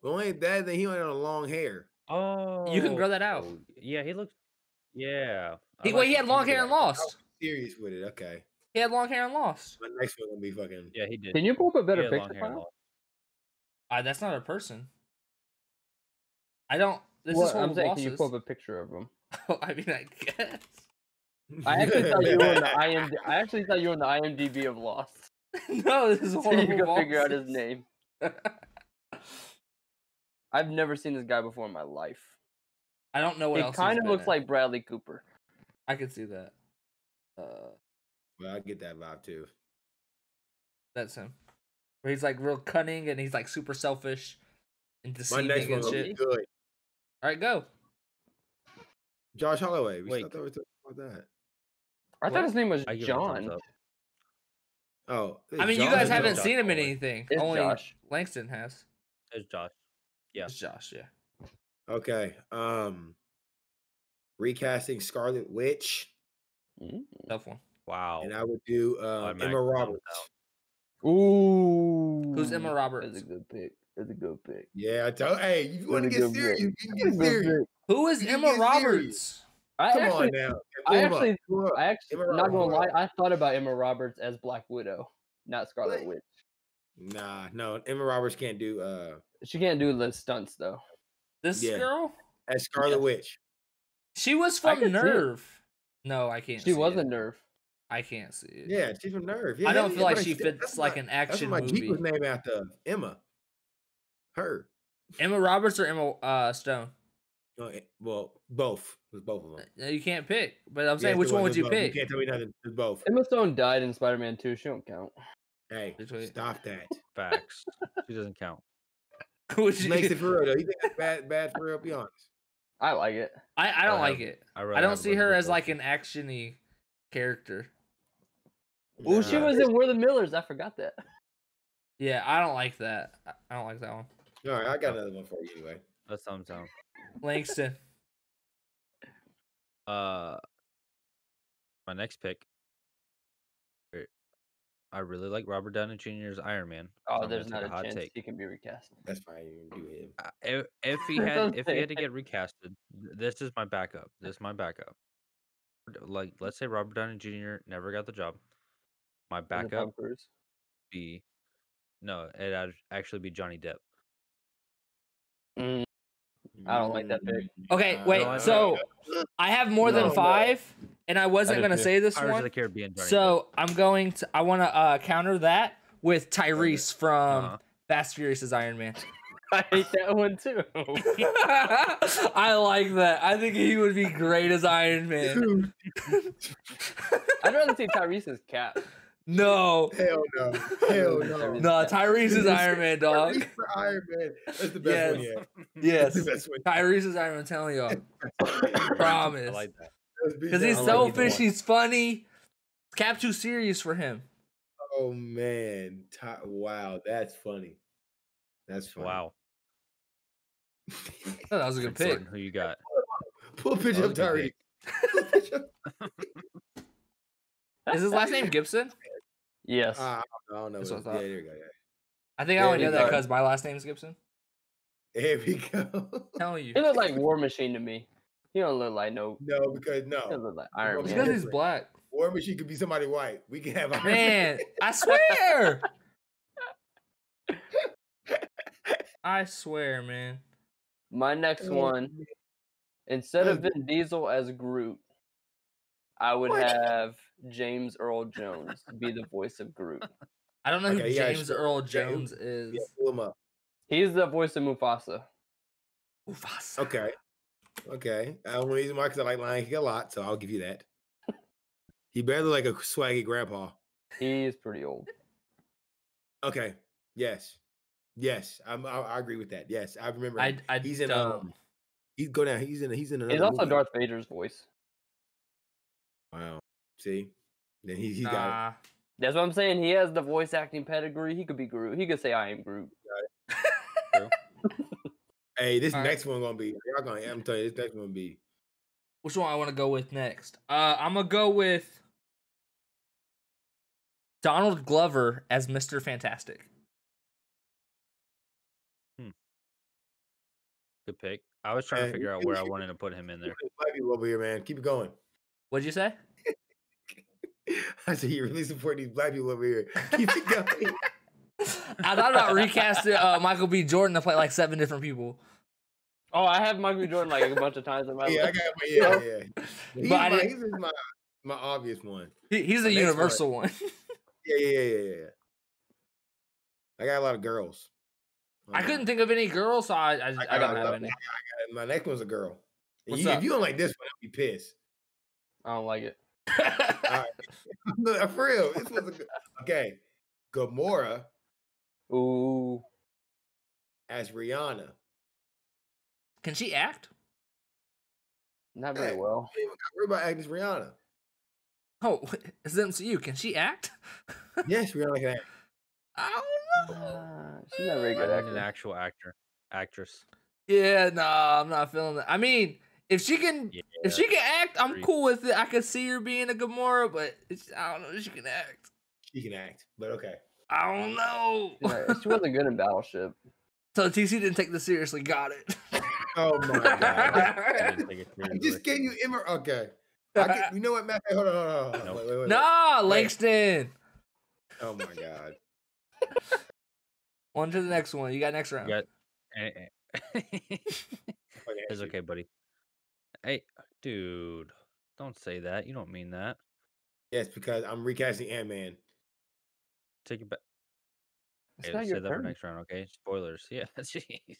S4: The only that thing he only had long hair.
S1: Oh,
S2: You can grow that out.
S1: Yeah, he looks. Yeah. I
S2: He, well,
S1: like
S2: he
S1: it.
S2: had long
S1: did
S2: hair and
S1: actually.
S2: lost.
S4: Serious with it. Okay,
S2: He had long hair and lost.
S4: my next one gonna be fucking.
S1: Yeah, he did.
S3: Can you pull up a
S1: He
S3: better
S1: had long
S3: picture?
S1: hair and
S3: Kyle?
S1: lost.
S2: Uh, that's not a person. I don't. This is
S3: Well,
S2: whole
S3: I'm saying, can you
S2: losses.
S3: pull up a picture of him?
S2: I mean, I guess.
S3: I actually thought you were on the IMD- I actually thought you were on the IMDb of Lost.
S2: no, this is
S3: So you
S2: horrible.
S3: can figure out his
S2: losses.
S3: name. I've never seen this guy before in my life.
S2: I don't know what
S3: He
S2: else.
S3: kind of looks
S2: like.
S3: like Bradley Cooper.
S2: I could see that. Uh,
S4: Well, I get that vibe too.
S2: that's him. Where he's like real cunning and he's like super selfish and
S4: My
S2: deceiving
S4: next one
S2: and
S4: gonna be
S2: shit.
S4: good.
S2: All right, go.
S4: Josh Holloway. We
S1: Wait.
S4: thought that was about that.
S3: I
S2: What?
S3: thought his name was
S1: I give it a thumbs
S3: John.
S1: up.
S4: Oh,
S2: I mean, you
S4: Josh
S2: guys
S4: is
S2: haven't
S4: Josh.
S1: Josh
S2: seen him in
S1: Holloway.
S2: anything.
S3: It's
S2: Only
S3: Josh.
S2: Langston has.
S1: There's Josh. Yeah.
S2: It's Josh. Yeah.
S4: Okay. Um, recasting Scarlet Witch,
S3: Mm.
S2: Tough one.
S1: Wow.
S2: Oh.
S4: and I would do um,
S1: I'm
S4: Emma
S1: maxed out.
S4: Roberts.
S3: Ooh.
S2: Who's Emma Roberts?
S3: Mm, That's a good pick. That's a good pick.
S4: Yeah, I told. Hey, if you
S3: Really
S4: want to get
S3: good
S4: serious? You
S3: pick.
S4: can
S3: That's
S4: get
S3: a good
S4: serious.
S3: pick.
S2: Who is
S4: You
S2: Emma
S4: get
S2: Roberts?
S4: serious.
S3: I
S4: Come
S3: actually,
S4: on now.
S3: I
S4: Pull 'em up,
S3: actually-
S4: pull 'em up.
S3: I actually,
S4: Emma
S3: not gonna lie,
S4: Roberts.
S3: I thought about Emma Roberts as Black Widow, not Scarlet
S4: What?
S3: Witch.
S4: Nah, no. Emma Roberts can't do uh
S3: She can't do the stunts though.
S2: This
S4: Yeah.
S2: girl?
S4: as Scarlet
S3: Yes.
S4: Witch.
S2: She was
S3: I
S2: from
S3: can see it.
S2: Nerve. No, I can't.
S3: She
S2: see
S3: was a
S2: It.
S3: nerve.
S2: I can't see it.
S4: Yeah, she's from Nerve. Yeah,
S2: I don't
S4: yeah,
S2: feel like
S4: but
S2: she
S4: that's
S2: fits
S4: my-
S2: like an
S4: That's what
S2: action
S4: my Jeep was
S2: movie.
S4: named after Emma. Her.
S2: Emma Roberts or Emma uh, Stone?
S4: No, it- eh, Well, both. It was both of them.
S2: Uh, You can't pick. But I'm
S4: You
S2: saying,
S4: asked
S2: which
S4: me
S2: one
S4: what
S2: would
S4: was
S2: you
S4: both.
S2: pick?
S4: can't tell me nothing. It's both.
S3: Emma Stone died in Spider-Man 2. She don't count.
S4: Hey,
S2: That's right.
S4: stop that.
S1: Facts. she doesn't count.
S2: Would
S4: She
S2: you-
S4: makes it for real though. You think that's bad? Bad for real? Be honest.
S3: I like it.
S2: I, I don't
S1: I
S2: like
S1: have-
S2: it.
S1: I,
S2: I
S1: rather
S2: don't
S1: have
S2: see
S1: Lindsay
S2: her as like
S1: Lohan.
S2: an actiony character.
S3: Well, she
S4: Nah.
S3: was in We're the Millers. I forgot that.
S2: Yeah, I don't like that. I- I don't like that one.
S4: All right, I got another one for you anyway.
S1: That thumbs down.
S2: Langston.
S1: Uh, my next pick. er, I really like Robert Downey Jr.'s Iron Man. so I'm
S3: Oh,
S1: gonna
S3: there's
S1: take
S3: not
S1: a
S3: a
S1: hot
S3: chance
S1: take.
S3: he can be recast.
S4: That's fine. You can do him.
S1: I- if, if he
S3: Don't
S1: had if he had to
S3: say
S1: get recasted, th- this is my backup. This is my backup. like let's say Robert Downey Jr. never got the job. My
S3: Is it
S1: backup
S3: Tom Cruise?
S1: be no, it'd act- actually be Johnny Depp.
S3: Mm, I don't like that pick.
S2: Mm-hmm. Okay,
S4: Uh,
S2: wait.
S1: I-
S2: so I have more
S3: No,
S2: than
S3: but-
S2: five, and I wasn't
S3: do
S2: gonna
S3: too.
S2: say this
S1: Pirates of
S2: one.
S1: the Caribbean. Johnny
S2: So I'm going to. I want to uh, counter that with Tyrese
S1: Depp.
S2: from
S1: Uh-huh.
S2: Fast Furious as Iron Man.
S3: I hate that one too.
S2: I like that. I think he would be great as Iron Man.
S3: I'd rather take Tyrese as Cap.
S2: No,
S4: Hell no. Hell no.
S2: no, Tyrese is Iron Man, dog.
S4: Tyrese for Iron Man. That's the best one
S2: Yes.
S4: yet. That's
S2: Yes,
S4: the best one.
S2: Tyrese is Iron Man. Telling y'all,
S1: I
S2: promise.
S1: like that.
S4: Let's be
S2: Because
S4: down
S2: he's
S4: with it.
S2: selfish. He's funny. Cap too serious for him.
S4: Oh man. Ty- wow, that's funny. That's funny.
S1: Wow.
S2: I thought that was a good pick.
S1: Jordan, Who you got?
S4: Pull a picture
S1: That was
S4: of
S1: a good
S4: Tyrese.
S1: pick.
S4: Pull a picture of-
S2: Is his last name Gibson?
S3: Yes.
S4: Ah, I don't know.
S2: That's
S4: what
S2: what I thought.
S4: it- Yeah, there you go. yeah.
S2: I think I
S4: Yeah,
S2: only
S4: he
S2: know that
S4: does.
S2: because my last name is Gibson.
S4: There we go.
S2: Telling you,
S3: he looked like War Machine to me. He don't look like no.
S4: no, because
S3: He don't
S4: no.
S3: look like Iron
S4: Oh. It's
S2: it's
S3: Man.
S2: because he's black.
S4: War Machine could be somebody white. We can have Iron
S2: Man, I swear. I swear, man.
S3: My next
S4: Oh,
S3: one, instead of
S4: That's
S3: Vin Diesel as Groot, I would
S4: What?
S3: have James Earl Jones be the voice of Groot.
S2: I don't know who
S4: Okay, yeah,
S2: James
S4: sure.
S2: Earl
S4: James-
S2: Jones is.
S4: Yeah, pull him up.
S3: He's the voice of Mufasa.
S2: Mufasa.
S4: Okay. Okay. I only reason why because I like Lion King a lot, so I'll give you that. He better look like a swaggy grandpa.
S3: He's pretty old.
S4: Okay. Yes. Yes. I'm, I, I agree with that. Yes, I remember.
S2: I,
S4: him.
S2: I
S4: he's in.
S2: don't.
S4: Um, he's go down. He's in. He's in another.
S3: He's also
S4: movie.
S3: Darth Vader's voice.
S4: Wow. See. Then he, he got.
S2: nah.
S3: That's what I'm saying. He has the voice acting pedigree. He could be Groot. He could say, "I am Groot."
S4: It. Hey, this
S2: Alright.
S4: next one gonna be. Y'all gonna. I'm telling you, this next one gonna be.
S2: Which one I want to go with next? Uh, I'm gonna go with Donald Glover as Mr. Fantastic.
S1: Good pick. I was trying
S4: Uh,
S1: to figure out
S4: you
S1: where I
S4: should-
S1: wanted to put him in there.
S4: Black people over here, man. Keep it going.
S2: What'd you say?
S4: I said you really support these black people over here. Keep it going.
S2: I thought about recasting uh, Michael B. Jordan to play like seven different people,
S3: Oh, I have Michael B. Jordan like a bunch of times in my
S4: yeah, I
S3: life.
S4: got. My, yeah, yeah. He's,
S2: but I
S4: my,
S2: didn't-
S4: he's my my obvious one.
S2: He- He's
S4: My
S2: a
S4: next one.
S2: universal one.
S4: Yeah, yeah, yeah, yeah, yeah. I got a lot of girls.
S2: I
S4: Um,
S2: couldn't think of any girls, so I I, just- I
S4: got
S2: don't
S4: a
S2: have
S4: lot-
S2: any.
S4: uh, My next one's a girl. And
S2: What's
S4: you-
S2: up?
S4: If you don't like this one, I'll be pissed.
S3: I don't like it.
S4: No, For real, this was a good. Okay, Gamora
S3: Ooh,
S4: as Rihanna.
S2: Can she act?
S3: not very
S4: Hey.
S3: well.
S4: Everybody acting as Rihanna.
S2: Oh, it's the MCU. Can she act?
S4: Yes, Rihanna can act.
S2: I don't know.
S3: Uh, she's not a very
S1: I
S3: good
S1: need an
S3: actor.
S1: actual actor, actress.
S2: Yeah, nah, I'm not feeling that. I mean, if she can,
S1: Yeah.
S2: if she can act, I'm
S1: agree.
S2: cool with it. I could see her being a Gamora, but it's, I don't know if she can act.
S4: She can act, but okay.
S2: I don't
S3: She's
S2: know.
S3: not- She wasn't good in Battleship.
S2: so TC didn't take this seriously. Got it.
S4: Oh my god!
S1: I didn't take it
S4: I
S1: seriously.
S4: just gave you Emma. Okay, I get, you know what, Matt? Hold on, hold on, hold on.
S1: Nope.
S4: Wait, wait, wait.
S2: nah, Langston.
S4: Oh my god!
S2: On to the next one. You got next round.
S1: got- Eh, eh.
S4: Fucking hate
S1: it's
S4: you.
S1: okay, buddy. Hey, dude, don't say that. You don't mean that.
S4: Yes, because I'm recasting Ant Man.
S1: Take it back.
S3: It's
S1: Hey,
S3: not
S1: let's
S3: your
S1: save that for
S3: turn.
S1: next round, okay? Spoilers. Yeah, jeez.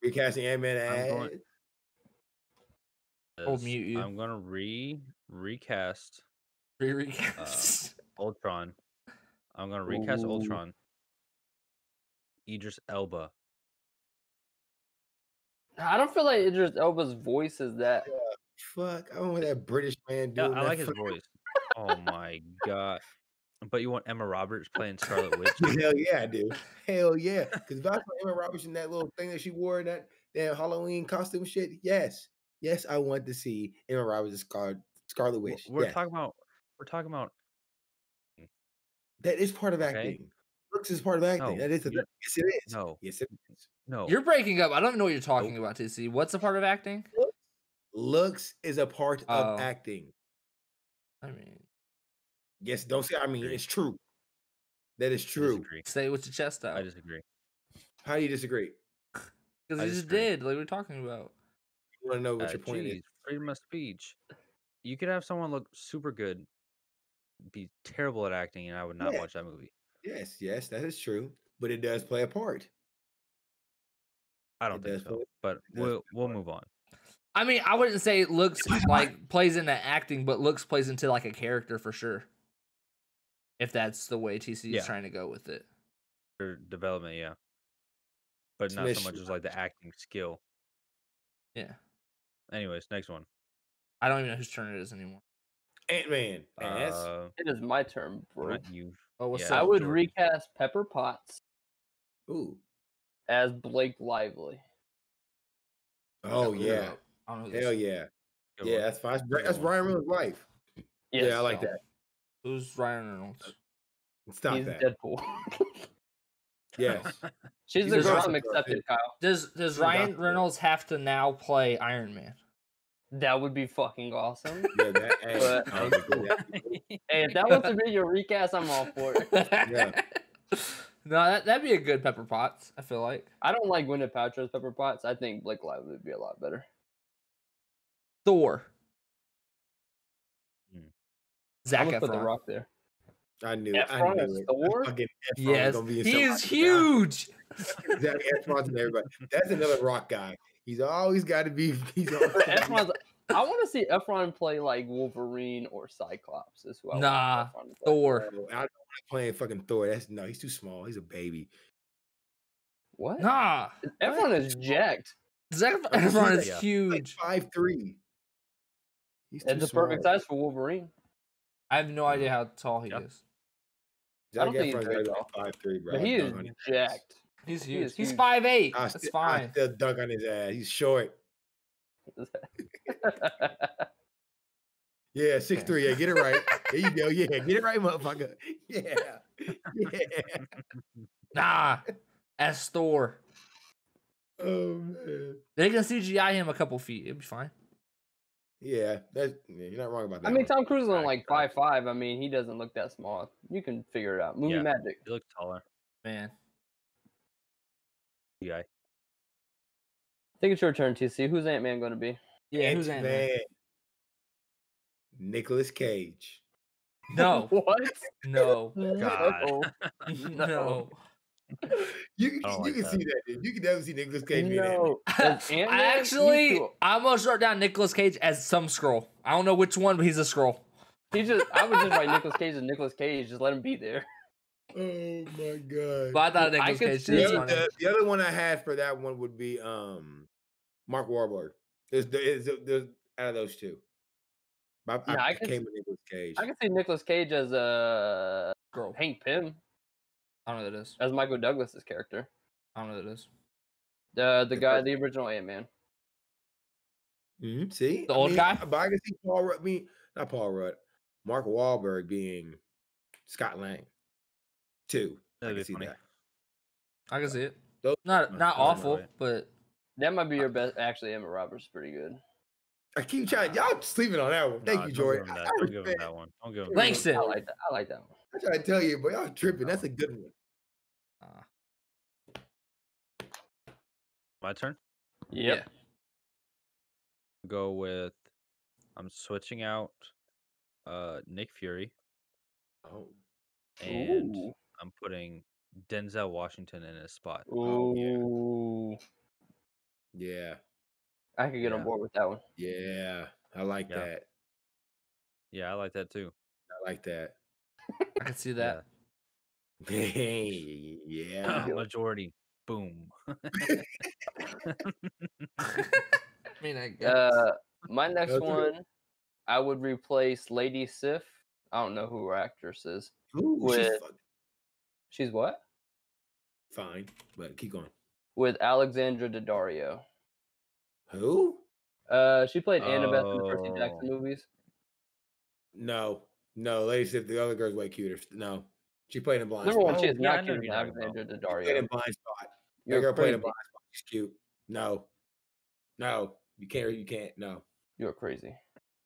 S4: Recasting Ant Man
S1: I'm
S4: as
S1: going-
S2: I'll
S1: Says,
S2: mute you.
S1: I'm gonna re recast
S2: Three
S1: uh,
S2: recaps.
S1: Ultron. I'm gonna recast
S3: Ooh.
S1: Ultron. Idris Elba.
S3: I don't feel like Idris Elba's voice is that.
S4: fuck. I want that British man
S1: Yeah,
S4: doing
S1: I
S4: that
S1: like his
S4: fuck-
S1: voice. Oh my god. But you want Emma Roberts playing Scarlet Witch?
S4: Hell yeah, I do. Hell yeah. Because if I saw Emma Roberts in that little thing that she wore in that damn Halloween costume shit, yes. Yes, I want to see Emma Roberts as Scar- Scarlet
S1: W-
S4: Witch.
S1: We're
S4: yes.
S1: talking about we're talking about
S4: that is part of
S1: okay.
S4: acting. Looks is part of acting.
S1: No,
S4: that is a
S1: you're-
S4: thing. Yes, it is.
S1: no,
S4: Yes, it is.
S1: no.
S2: You're breaking up. I don't know what you're talking about, TC. What's the part of acting?
S4: Looks is a part
S2: Oh.
S4: of acting.
S2: I mean,
S4: Yes, don't say. I mean,
S1: Agree.
S4: it's true. That is true.
S1: Disagree.
S2: stay with your chest out.
S1: I disagree.
S4: How do you disagree?
S2: Because
S1: I
S2: he just
S1: disagree.
S2: did, like we are talking about.
S4: I want to know what
S1: Uh,
S4: your point is.
S1: geez, Freedom of speech. You could have someone look super good, be terrible at acting, and I would not
S4: Yeah.
S1: watch that movie.
S4: Yes, yes, that is true. But it does play a part.
S1: I
S4: It
S1: don't
S4: does
S1: think so.
S4: play-
S1: But
S4: does
S1: we'll we'll move on.
S2: I mean, I wouldn't say it looks like plays into acting, but looks plays into like a character for sure. If that's the way TC
S1: Yeah.
S2: is trying to go with it,
S1: Or development, yeah. But not so
S4: Smash
S1: much as like the acting skill.
S2: yeah.
S1: Anyways, next one.
S2: I don't even know whose turn it is anymore.
S4: Ant Man. that's
S1: Uh,
S3: It is my turn, bro.
S1: not you.
S2: Oh, what's
S1: Yeah.
S2: up?
S3: I would
S1: Jordan.
S3: recast Pepper Potts
S4: ooh.
S3: as Blake Lively.
S4: Oh
S2: Look it
S4: yeah.
S2: up. I don't know. who this
S4: Hell
S2: is.
S4: yeah.
S1: Good
S4: Yeah,
S1: one.
S4: that's fine. That's Bri-
S1: Good
S4: That's
S1: one.
S4: Ryan Reynolds' wife. yeah, I like
S3: so
S4: that.
S2: Who's Ryan Reynolds?
S4: Stop
S3: He's
S4: that.
S3: Deadpool.
S4: Yes.
S3: She's
S2: He's
S3: the
S2: a
S3: girl
S4: gossip
S3: from
S4: girl,
S3: Accepted,
S4: too.
S3: Kyle.
S2: Does Does
S4: Who's Doctor
S2: Ryan
S4: Who?
S2: Reynolds have to now play Iron Man?
S3: That would be fucking awesome.
S4: Yeah, that, hey,
S3: But-
S4: I don't think that-
S3: hey, if that wants to be your recast, I'm all for it.
S4: Yeah.
S2: no, that that'd be a good Pepper Potts. I feel like
S3: I don't like Gwyneth Paltrow's Pepper Potts. I think Blake Lively would be a lot better.
S2: Thor.
S1: Hmm.
S3: I'm
S2: Zac
S3: gonna put The
S2: Efron.
S3: Rock there.
S4: I knew. I
S3: Efron
S4: knew
S3: as
S4: it.
S3: Thor?
S4: Fucking Efron
S2: Yes,
S4: gonna be in
S2: he is
S4: somebody's eye.
S2: huge.
S4: Zac Efron's and everybody. That's another rock guy. He's always got to be. He's always
S3: Or
S4: gotta be-
S3: Efron's, I want to see Efron play like Wolverine or Cyclops. Is who I wanna see
S2: Nah,
S3: Efron to play.
S2: Thor.
S4: No, I don't want to play fucking Thor. That's no. He's too small. He's a baby.
S3: What?
S2: Nah,
S3: Efron is jacked.
S2: Zac
S4: he's
S2: Efron
S4: like-
S2: is
S1: Yeah.
S4: Like
S2: huge.
S4: five three. He's
S3: That's the
S4: small.
S3: perfect size for Wolverine.
S2: I have no idea how tall he
S1: Yeah.
S2: is.
S3: I
S4: Zac
S3: don't think he's
S4: Efron's
S3: very
S4: gotta be
S3: tall.
S4: five three, bro.
S3: But he
S4: I'd
S3: is
S4: dunk on his ass.
S3: jacked.
S2: He's
S3: He
S2: huge.
S3: is
S2: He's
S3: huge. Ah,
S2: five eight.
S4: I
S2: That's
S4: still, I
S2: fine.
S4: still dunk on his ass. He's short. Yeah, six three. Yeah, get it right. there you go. Yeah, get it right, motherfucker. Yeah, yeah.
S2: Nah, as Thor.
S4: Oh man.
S2: They can CGI him a couple feet. It'd be fine.
S4: Yeah, that's yeah, you're not wrong about that.
S3: I mean, Tom Cruise is on
S1: Jacked,
S3: like
S1: bro.
S3: five five. I mean, he doesn't look that small. You can figure it out. Movie
S1: Yeah.
S3: magic.
S1: He looks taller.
S2: Man,
S1: You guy.
S3: I think it's your turn, TC. Who's Ant Man going to be?
S2: yeah, who's Ant Man?
S4: Nicholas Cage.
S2: No,
S3: what?
S2: no,
S1: God.
S3: No.
S2: no.
S4: You you,
S1: I don't
S4: you
S1: like
S4: can
S1: that.
S4: see that. Dude. You can definitely see Nicholas Cage. being that.
S3: no. As
S2: I
S3: Ant-Man, you
S2: actually,
S3: two-
S2: I'm gonna start down Nicolas Cage as some scroll. I don't know which one, but he's a scroll.
S3: he just. I would just write Nicholas Cage and Nicholas Cage. Just let him be there.
S4: Oh my god.
S2: But I thought
S3: I
S2: Nicolas
S3: could
S2: Cage
S3: see
S2: did
S4: the,
S3: it's
S4: other,
S2: funny.
S4: the, the other one I had for that one would be um Mark Warburg. There's the is the, the out of those two. But I,
S3: Yeah,
S4: I,
S3: I can
S4: came with Nicholas Cage.
S3: I can see Nicolas Cage as uh
S2: Scroll.
S3: Hank Pym
S2: I don't know who that is.
S3: as Michael Douglas's character.
S2: I don't know who that is.
S3: Uh, the
S4: The
S3: guy,
S4: first-
S3: the original Ant Man.
S4: Mhm, See
S2: The
S4: I
S2: old
S4: mean,
S2: guy?
S4: But I can see Paul Rudd. Me not Paul Rudd. Mark Wahlberg being Scott Lang. Two. I
S1: That'd
S4: can
S1: be
S4: see
S1: funny.
S4: that.
S2: I can see it.
S4: Those-
S2: Not
S1: Those
S2: not
S1: are
S2: awful,
S1: right.
S2: but
S3: That might be your best. Actually, Emma Roberts is pretty good.
S4: I keep trying. Y'all sleeping on that one. Thank
S1: Ah. Nah,
S4: you,
S1: don't give
S4: Jordan.
S1: him
S4: I,
S1: that.
S4: I
S1: Don't give him
S4: respect.
S1: that one. Don't give him.
S4: Give him
S1: that
S2: Thanks.
S3: I
S2: Langston.
S3: like that. I like that one.
S4: I try to tell you, but y'all tripping. That's a good one.
S2: uh,
S1: one. My turn.
S3: Yep.
S1: Go with. I'm switching out. Uh, Nick Fury,
S4: Oh,
S1: and I'm putting Denzel Washington in his spot.
S3: Ooh.
S4: Oh, yeah.
S3: Ooh.
S4: yeah,
S3: I could get on
S1: Yeah.
S3: board with that one.
S4: yeah. I like
S1: Yeah.
S4: that.
S1: Yeah, I like that too.
S4: I like that.
S2: I can see that.
S4: yeah.
S3: Yeah.
S1: Majority. Boom.
S2: I mean, I guess.
S3: Uh, my next
S4: That's a good-
S3: one, I would replace Lady Sif. I don't know who her actress is.
S4: Ooh, she's
S3: with-
S4: fuck-
S3: She's what?
S4: fine, but keep going.
S3: With Alexandra Daddario.
S4: Who?
S3: Uh, she played Annabeth in the Percy
S1: Oh.
S3: Jackson movies.
S4: No, no. Lady said the other girl's way cuter. No, she played in Blind
S3: Number
S4: Spot.
S3: one, she is
S1: Oh, yeah, I
S3: not
S1: know who
S3: cute than
S1: you're talking about.
S3: Alexandra
S4: She played in
S3: Daddario.
S4: Blind Spot. That
S3: You're
S4: girl played in
S3: crazy.
S4: Blind Spot. She's cute. No, no. You can't. You can't. No.
S3: You're crazy.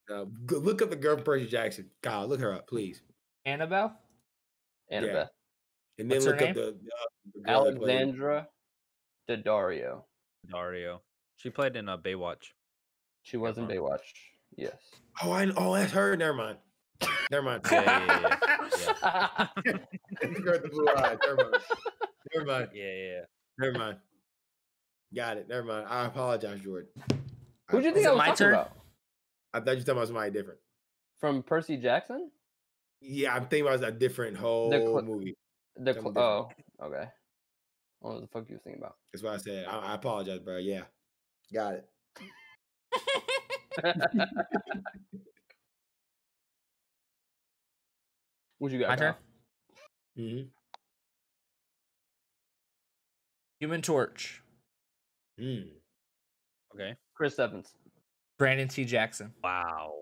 S4: No, go- look up the girl from Percy Jackson. God, look her up, please.
S2: Annabelle?
S3: Annabeth.
S4: And then
S2: What's her
S4: look
S2: name?
S4: up the, the, uh, the girl that played-
S3: Alexandra Daddario.
S1: Dario. She played in uh, Baywatch.
S3: She was in
S1: Never
S3: Baywatch. Yes.
S4: Oh, I know. Oh, that's her. Never mind. Never mind.
S1: Yeah, yeah,
S4: the girl with the blue eyes. Never mind. Never mind.
S1: Yeah, yeah.
S4: Never mind. Got it. Never mind. I apologize, Jordan. I
S3: Who do you think
S4: apologize.
S5: it
S3: I was
S5: my
S3: talking
S5: turn?
S3: about?
S4: I thought you were talking about somebody different.
S3: From Percy Jackson?
S4: Yeah, I'm thinking about a different whole
S3: cl-
S4: movie.
S3: The
S4: Something
S3: cl- oh,
S4: different.
S3: okay. I don't know What the fuck you was thinking about?
S4: That's what I said. I, I apologize, bro. Yeah. Got it.
S3: What you got?
S5: My turn?
S3: Kyle?
S4: Mm-hmm.
S2: Human Torch.
S4: Mm.
S1: Okay.
S3: Chris Evans.
S2: Brandon T. Jackson.
S1: Wow.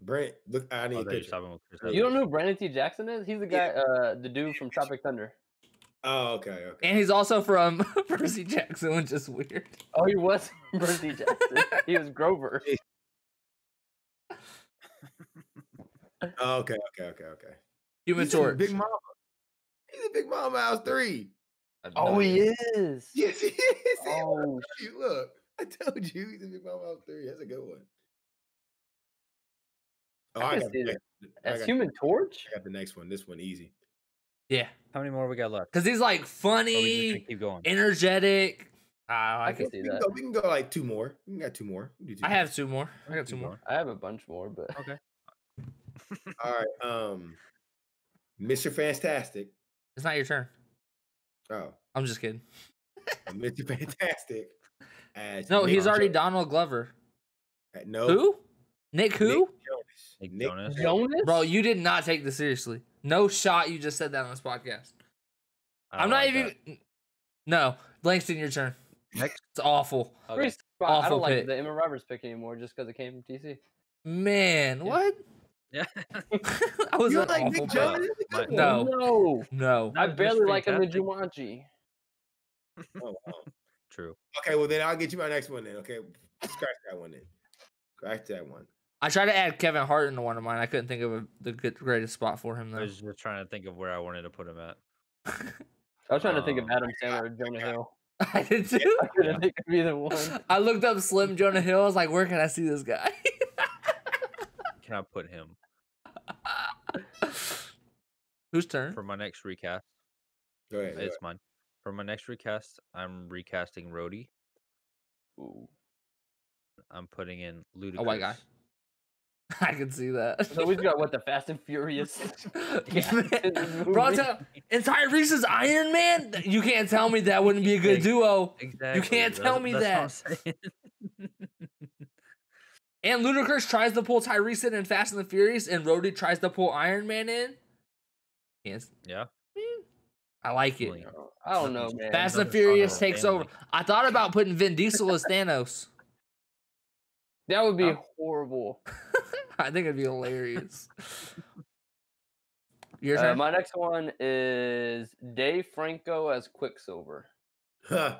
S4: Brent, look, I
S1: Oh, I
S4: need a
S1: thought you were
S4: picture.
S1: stopping with Chris
S3: You don't
S1: Evans.
S3: know who Brandon T. Jackson is? He's the guy, uh, the dude from Tropic Thunder.
S4: Oh, okay, okay.
S2: And he's also from Percy Jackson, which is weird.
S3: Oh, he was Percy Jackson. he was Grover.
S4: Oh, okay, okay, okay, okay.
S2: Human
S4: He's in
S2: Torch.
S4: Big Mama. He's in Big Mama House 3.
S2: I've no
S3: Oh, he
S2: idea.
S3: is.
S4: Yes, he is.
S3: Oh,
S4: Hey, Look, I told you he's in Big Mama House 3. That's a good one. Oh,
S3: I
S4: I,
S3: can
S4: got,
S3: see
S4: the
S3: that.
S4: next- I
S3: as
S4: got-
S3: Human Torch?
S4: I got the next one. This one easy.
S2: Yeah.
S1: How many more we got left?
S2: Because he's
S1: Or we
S2: like
S1: just gonna
S2: funny,
S1: keep going.
S2: energetic. Oh, I,
S3: I can
S2: could,
S3: see
S4: we, can
S3: that.
S4: go, we can go like two more. We can got two more. We can do two
S2: I
S4: more.
S2: have two more. I got two
S1: Keep
S2: more.
S1: going.
S3: I have a bunch more, but
S4: All right. Um, Mr. Fantastic.
S2: It's not your turn.
S4: Oh,
S2: I'm just kidding.
S4: Mr. Fantastic. as
S2: No,
S4: Nick
S2: he's already
S4: Jo-
S2: Donald Glover.
S4: uh, No.
S2: Who? Oh. Nick who?
S4: Nick Jonas.
S1: Nick
S4: Nick
S1: Jonas.
S3: Jonas,
S2: Bro, you did not take this seriously. No shot you just said that on this podcast.
S1: I don't
S2: I'm not
S1: like
S2: even No. Langston, your turn.
S1: Next.
S2: It's awful.
S1: that.
S3: Free
S1: Okay.
S3: spot. I
S2: Awful
S3: don't like
S2: pick.
S3: the Emma Roberts pick anymore just because it came from TC.
S2: Man,
S3: Yeah.
S2: what?
S1: Yeah.
S2: I was
S4: You
S2: an
S4: don't like
S2: awful
S4: Nick
S2: pick.
S4: Jonas? That's a
S1: My-
S4: good one.
S2: No.
S3: no,
S2: No.
S1: Not
S3: I
S1: Mr.
S3: barely like him in
S1: Fantastic.
S3: Jumanji.
S4: Oh, wow.
S1: True.
S4: Okay, well then I'll get you my next one then. Okay, scratch that one then. Scratch that one.
S2: I tried to add Kevin Hart into one of mine. I couldn't think of a, the good, greatest spot for him
S1: I
S2: though.
S1: was just trying to think of where I wanted to put him at.
S3: I was trying to think of
S1: Um,
S2: Oh
S3: Adam Sandler or Jonah Hill.
S2: I did too.
S3: I couldn't think of either one.
S2: I looked up Slim Jonah Hill. I was like, where can I see this guy?
S1: Can I put him
S2: Whose turn?
S1: for my next recast?
S4: Go ahead. go ahead.
S1: It's mine. For my next recast, I'm recasting Rhodey.
S3: Ooh.
S1: I'm putting in Ludacris.
S2: white guy. I can see that.
S3: So we've got what the Fast and Furious. in this
S2: Bro, I'm
S3: movie.
S2: tell- and Tyrese's Iron Man? Th- You can't tell me that wouldn't be a good duo.
S1: Exactly.
S2: can't tell me
S1: that's what I'm saying.
S2: And Ludacris tries to pull Tyrese in in Fast and the Furious, and Rhodey tries to pull Iron Man in. Yes.
S1: Yeah.
S2: I like it.
S1: Definitely.
S3: I don't know, man.
S2: Fast and
S1: Another
S2: Furious
S1: honorable
S2: takes
S1: family.
S2: over. I thought about putting Vin Diesel as Thanos.
S3: That would be
S2: Oh.
S1: Huh?
S3: horrible.
S2: I think it'd be hilarious. Your
S3: Uh,
S2: turn.
S3: my next one is Dave Franco as Quicksilver.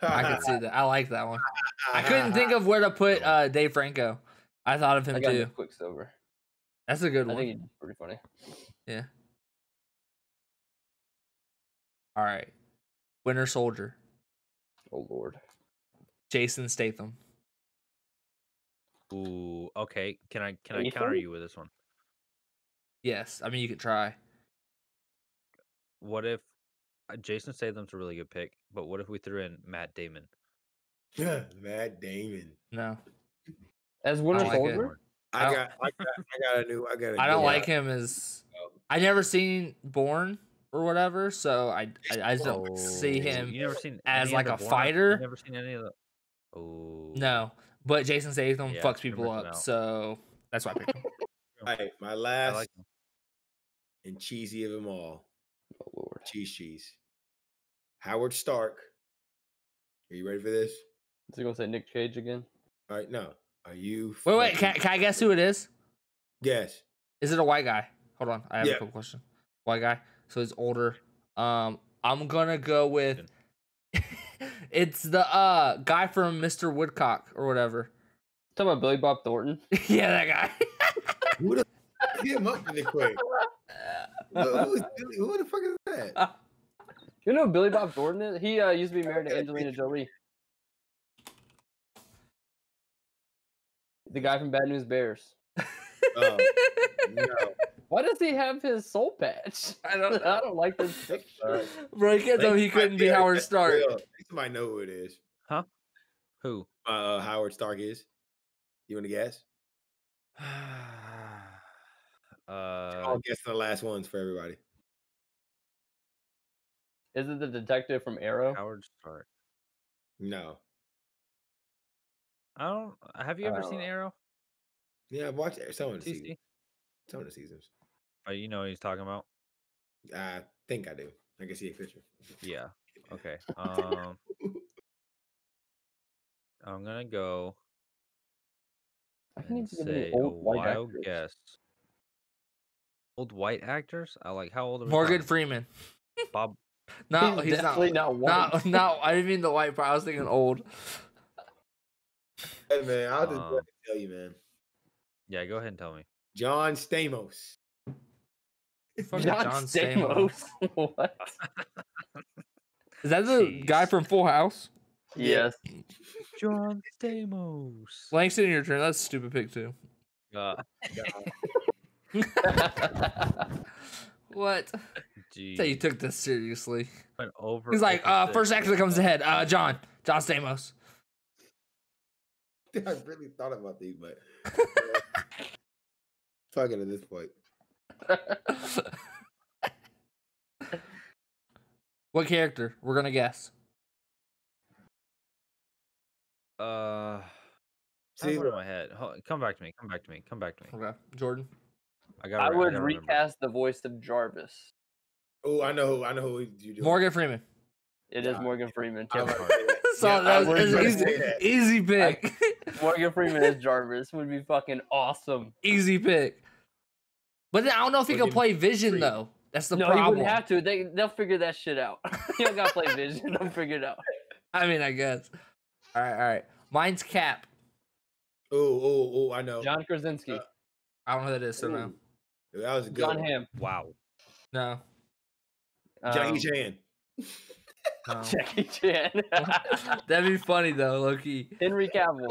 S4: Huh.
S2: I
S4: Ha,
S2: could see that. I like that one. I
S4: ha,
S2: couldn't
S4: ha,
S2: think
S4: ha.
S2: of where to put uh, Dave Franco. I thought of
S3: I
S2: him
S3: got
S2: too.
S3: Quicksilver.
S2: That's a good
S3: I
S2: one.
S3: think he's pretty funny.
S2: All right. Winter Soldier,
S3: Oh lord.
S2: Jason Statham.
S1: Ooh, okay. Can I can I counter
S3: Ethan?
S1: you with this one?
S2: Yes, I mean you could try.
S1: What if uh, Jason Statham's a really good pick, but what if we threw in Matt Damon?
S4: Matt Damon.
S2: No,
S3: As Winter
S2: like it.
S3: Soldier.
S4: I
S2: I
S4: got, I got, I got a new. I got. a
S2: I
S4: new
S2: don't
S4: one.
S2: like him as I never seen Born or whatever, so I I, I just don't see
S1: Oh,
S2: him.
S1: You never seen
S2: as,
S1: any of
S2: like,
S1: the
S2: a
S1: Bourne-
S2: fighter?
S1: You never seen any of the. Oh
S2: No, but Jason Statham
S1: Yeah,
S2: fucks
S1: you're
S2: people
S1: missing
S2: up,
S1: out.
S2: so that's why I picked him.
S4: All right, my
S1: I
S4: last
S1: like him.
S4: and cheesy of them all.
S3: Oh lord.
S4: Cheese, cheese. Howard Stark. Are you ready for this?
S3: Is he gonna say Nick Cage again?
S4: All right, no. Are you?
S2: Wait, wait,
S4: fucking-
S2: can, can I guess who it is?
S4: Yes.
S2: Is it a white guy? Hold on, I have a
S4: Yeah.
S2: quick question. White guy, so he's older. Um, I'm gonna go with it's the uh guy from Mr. Woodcock or whatever.
S3: Talking about Billy Bob Thornton.
S2: yeah, that guy.
S4: Who the f- hit him up really quick? Who, who is Billy- who the fuck is that?
S2: Uh,
S3: You know who Billy Bob Thornton is? He uh, used to be married to
S4: Okay.
S3: Angelina Jolie. The guy from Bad News Bears.
S4: Oh, no.
S3: Why does he have his soul patch?
S2: I don't
S3: I
S2: know.
S3: don't like this.
S4: Alright.
S2: Bro, he can't tell me he couldn't be
S4: Yeah,
S2: Howard
S4: that's
S2: Stark.
S4: real. Somebody know who it is.
S1: Who?
S4: Uh, Howard Stark is. You want to guess?
S1: Uh,
S2: Uh,
S4: I'll guess the last ones for everybody.
S3: Is it the detective from Arrow?
S1: Uh, Howard Stark.
S4: No.
S1: I don't. Have you ever seen
S3: Uh,
S1: Arrow?
S4: Yeah, I've watched some of the seasons.
S1: TC?
S4: Some of the seasons.
S1: Oh, you know what he's talking about.
S4: I think I do. I can see a picture.
S1: Yeah. Okay. Um, I'm gonna go
S3: I can
S1: and
S3: even give you
S1: say a
S3: old white
S1: wild
S3: actors.
S1: guess. Old white actors? I like how old are we
S2: Morgan
S1: talking?
S2: Freeman.
S1: Bob.
S2: No,
S3: he's,
S2: he's, not.
S3: definitely not, white.
S2: Not, not. I didn't mean the white part. I was thinking old.
S4: Hey, man, I'll just go
S1: Um,
S4: ahead and tell you, man.
S1: Yeah, go ahead and tell me.
S4: John Stamos.
S2: Fucking
S3: John,
S2: John Stamos.
S3: Stamos. what?
S2: Is that the
S1: Jeez.
S2: guy from Full House?
S4: Yeah.
S3: Yes.
S1: John Stamos.
S2: Langston, your turn. That's a stupid pick too.
S1: Uh,
S2: What? Say you
S1: geez,
S2: took this seriously.
S1: went over.
S2: He's like,
S1: over
S2: uh,
S1: six
S2: first actor that
S1: with
S2: comes to
S1: that.
S2: head. Uh, John. John Stamos.
S4: I really thought about these, but fucking at this point.
S2: what character? We're gonna guess.
S1: Uh,
S4: See,
S1: see
S4: look,
S1: my head. Hold- Come back to me. Come back to me. Come back to me.
S2: Okay, Jordan.
S1: I got.
S3: I would recast the voice of Jarvis.
S4: oh, I know, who- I know who you do.
S2: Morgan Freeman.
S3: It is
S4: Yeah.
S3: Morgan Freeman.
S4: I was
S1: Kevin
S4: gonna say that.
S2: so
S4: Yeah, I
S2: that
S4: was
S2: was,
S4: gonna
S2: easy,
S4: say that.
S2: easy pick.
S3: Morgan Freeman as Jarvis would be fucking awesome.
S2: easy pick. But then I don't know if he can
S4: We'll give him
S2: play Vision
S4: three.
S2: though. That's the
S3: no, he
S2: problem.
S3: wouldn't have to. They they'll figure that shit out. you don't gotta play Vision. They'll figure it out.
S2: I mean, I guess. All right, all right. Mine's Cap.
S4: Oh, oh, oh, I know.
S3: John Krasinski,
S4: Uh,
S2: I don't know who that is. So no,
S4: Ooh, That was a good.
S3: John
S4: one.
S3: Hamm,
S1: Wow.
S2: no,
S3: um,
S4: Jackie Chan.
S2: no.
S3: Jackie Chan,
S2: That'd be funny though, Loki.
S3: Henry Cavill.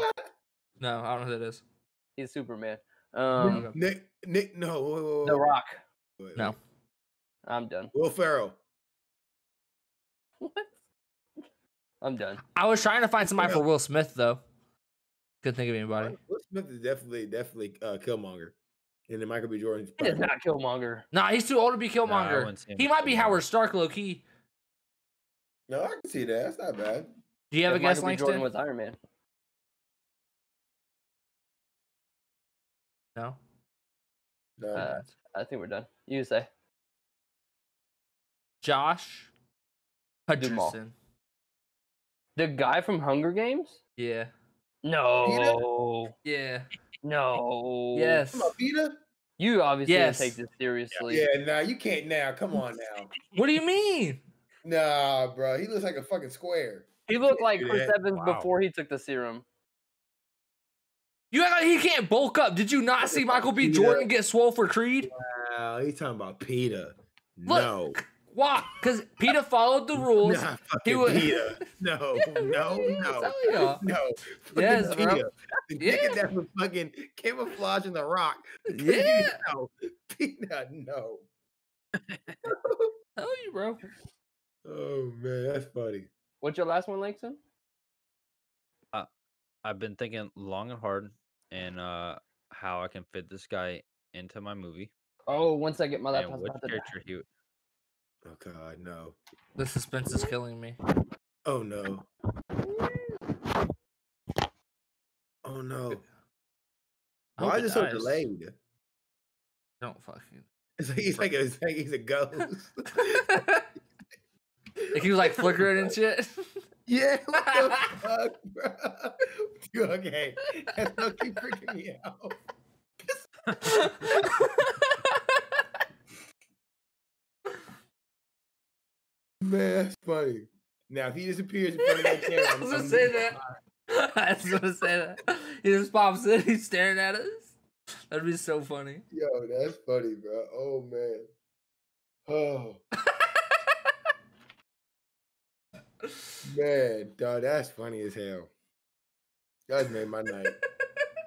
S2: No, I don't know who that is.
S3: He's Superman. Um,
S2: Okay.
S4: Nick, Nick, no, wait, wait, wait,
S3: The
S4: wait,
S3: Rock.
S4: wait, wait.
S2: No.
S3: I'm done.
S4: Will Ferrell.
S3: I'm done.
S2: I was trying to find somebody for Will Smith though. Couldn't think of anybody.
S4: Will Smith is definitely, definitely uh, Killmonger, and then Michael B. Jordan.
S3: It is not Killmonger.
S2: Nah, he's too old to be
S1: Nah, I
S2: Killmonger.
S1: wouldn't say him
S2: he
S1: as
S2: might be
S1: Killmonger.
S2: Howard Stark, low key.
S4: No, I can see that. That's not bad.
S2: Do you have
S3: If
S2: a guess,
S3: Michael B.
S2: Langston?
S3: Jordan was Iron Man.
S2: No.
S4: No,
S3: Uh, I think we're done. You say
S2: Josh Hutcherson.
S3: Dumas. the guy from Hunger Games?
S2: Yeah.
S3: No,
S2: Yeah.
S3: no.
S2: Yes.
S4: Come on, Peter.
S3: You obviously didn't
S2: Yes.
S3: take this seriously.
S4: Yeah, nah, you can't now. Come on now.
S2: What do you mean?
S4: Nah, bro, he looks like a fucking square.
S3: He looked like
S4: do
S3: Chris
S4: that.
S3: Evans
S1: Wow.
S3: before he took the serum.
S2: You act like he can't bulk up. Did you not see Michael B.
S4: Yeah.
S2: Jordan get swole for Creed?
S4: Wow, he's talking about Peter.
S2: Look,
S4: no,
S2: Why? Because PETA followed the rules.
S4: nah,
S2: he
S4: fucking
S2: was-
S4: Peter. No,
S2: Yeah,
S4: no,
S2: really, I'm
S4: no,
S2: telling y'all.
S4: no. Fucking
S2: Yes, bro.
S4: Peter. The
S2: Yeah.
S4: nigga that was fucking camouflaging the rock.
S2: Yeah.
S4: No, Peter, no.
S2: Tell you, bro.
S4: Oh man, that's funny.
S3: What's your last one, Langston?
S1: I've been thinking long and hard, and
S2: Mm-hmm.
S1: uh, how I can fit this guy into my movie,
S3: Oh, once I get my
S1: and
S3: laptop
S1: which
S3: about to die.
S1: character he. would-
S4: Oh god, no.
S2: The suspense is killing me.
S4: Oh no. Oh no.
S2: I hope
S4: Why is
S2: he
S4: it so
S2: dies.
S4: delayed?
S2: Don't fucking.
S4: It's like he's like a, it's like he's a ghost.
S2: Like he was like flickering and shit.
S4: Yeah, what the fuck, bro? Dude, okay, that's not keep freaking me out. Man, that's funny. Now if he disappears in front of that camera,
S2: I was gonna say
S4: I'm-
S2: that. I was gonna say that. He just pops in, he's staring at us. That'd be so funny.
S4: Yo, that's funny, bro. Oh man. Oh man, dog, that's funny as hell. Y'all just made my night.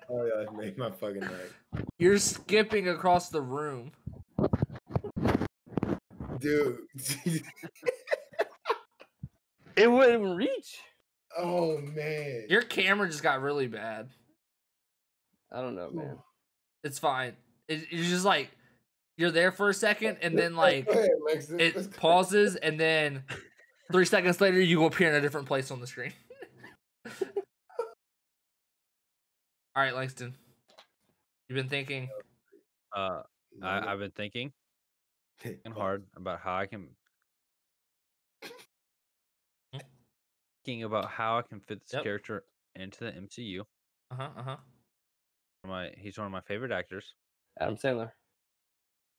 S4: Oh, y'all just made my fucking night,
S2: You're skipping across the room.
S4: dude.
S3: It wouldn't reach.
S4: oh man.
S2: Your camera just got really bad.
S3: I don't know, man.
S2: It's fine. It, it's just like you're there for a second, and then like
S4: Go ahead, Lex, let's- let's
S2: it
S4: go.
S2: pauses, and then three seconds later, you will appear in a different place on the screen. All right, Langston. You've been thinking.
S1: Uh,
S4: No, no.
S1: I, I've been thinking and hard about how I can thinking about how I can fit this
S2: Yep.
S1: character into the MCU.
S2: Uh huh. Uh huh.
S1: My he's one of my favorite actors.
S3: Adam Sandler.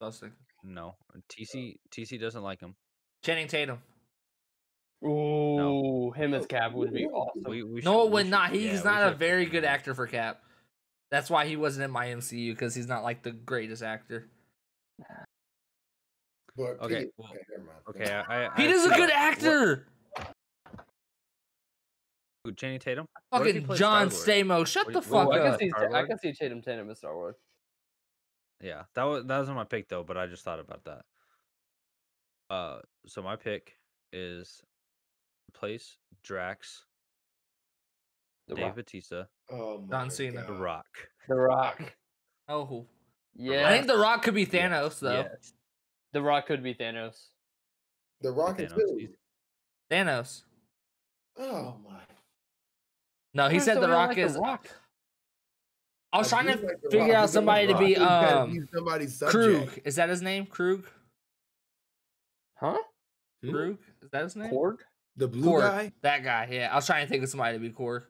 S2: I was thinking.
S1: No, TC TC doesn't like him.
S2: Channing Tatum.
S3: Ooh, him as Cap would be
S4: Ooh.
S3: awesome.
S1: We, we
S2: no,
S1: should-
S2: it
S1: we
S2: would
S1: should-
S2: not. He's
S1: yeah, we
S2: not a
S1: should-
S2: very good actor for Cap. That's why he wasn't in my MCU because he's not like the greatest actor.
S4: But
S1: Okay,
S4: Pete-
S1: well,
S4: never mind.
S1: Okay, I, I,
S2: He
S1: I
S2: is a
S1: see.
S2: good
S1: What-
S2: actor.
S1: who, Channing Tatum. What if he
S2: Fucking
S1: plays
S2: John
S1: Star-Lord?
S2: Stamos. Shut
S1: What
S2: the
S1: do you- what
S2: fuck
S1: do
S3: Ooh, I
S1: you got?
S2: up.
S3: can see
S1: uh, Star
S3: I
S1: Lord?
S3: can see Tatum Tatum as Star Wars.
S1: Yeah, that was that was my pick though, but I just thought about that. Uh, so my pick is replace Drax,
S3: The
S1: Dave
S3: Rock.
S1: Batista,
S4: Oh my
S2: Don Cena.
S1: The
S4: God.
S1: Rock.
S3: The Rock.
S2: Oh,
S3: Yeah.
S2: I think The Rock could be
S1: Yes,
S2: Thanos though.
S1: yes.
S3: The Rock could be Thanos.
S4: The Rock and
S1: Thanos,
S4: two.
S1: he's-
S2: Thanos.
S4: Oh my.
S2: No, he
S3: Why does
S2: said The
S3: everyone
S2: Rock
S3: like
S2: is.
S3: Rock.
S2: I was trying
S4: do
S2: to
S4: like The
S2: figure
S4: Rock.
S2: out
S4: He's on The
S2: somebody to
S4: Rock.
S2: be
S4: He's gotta
S2: um
S4: be somebody's subject.
S2: Krug. Is that his name? Krug.
S3: Huh?
S4: Hmm?
S2: Krug. Is that his name?
S3: Korg?
S4: The blue
S2: Korg.
S4: guy.
S2: That guy. Yeah, I was trying to think of somebody to be Korg.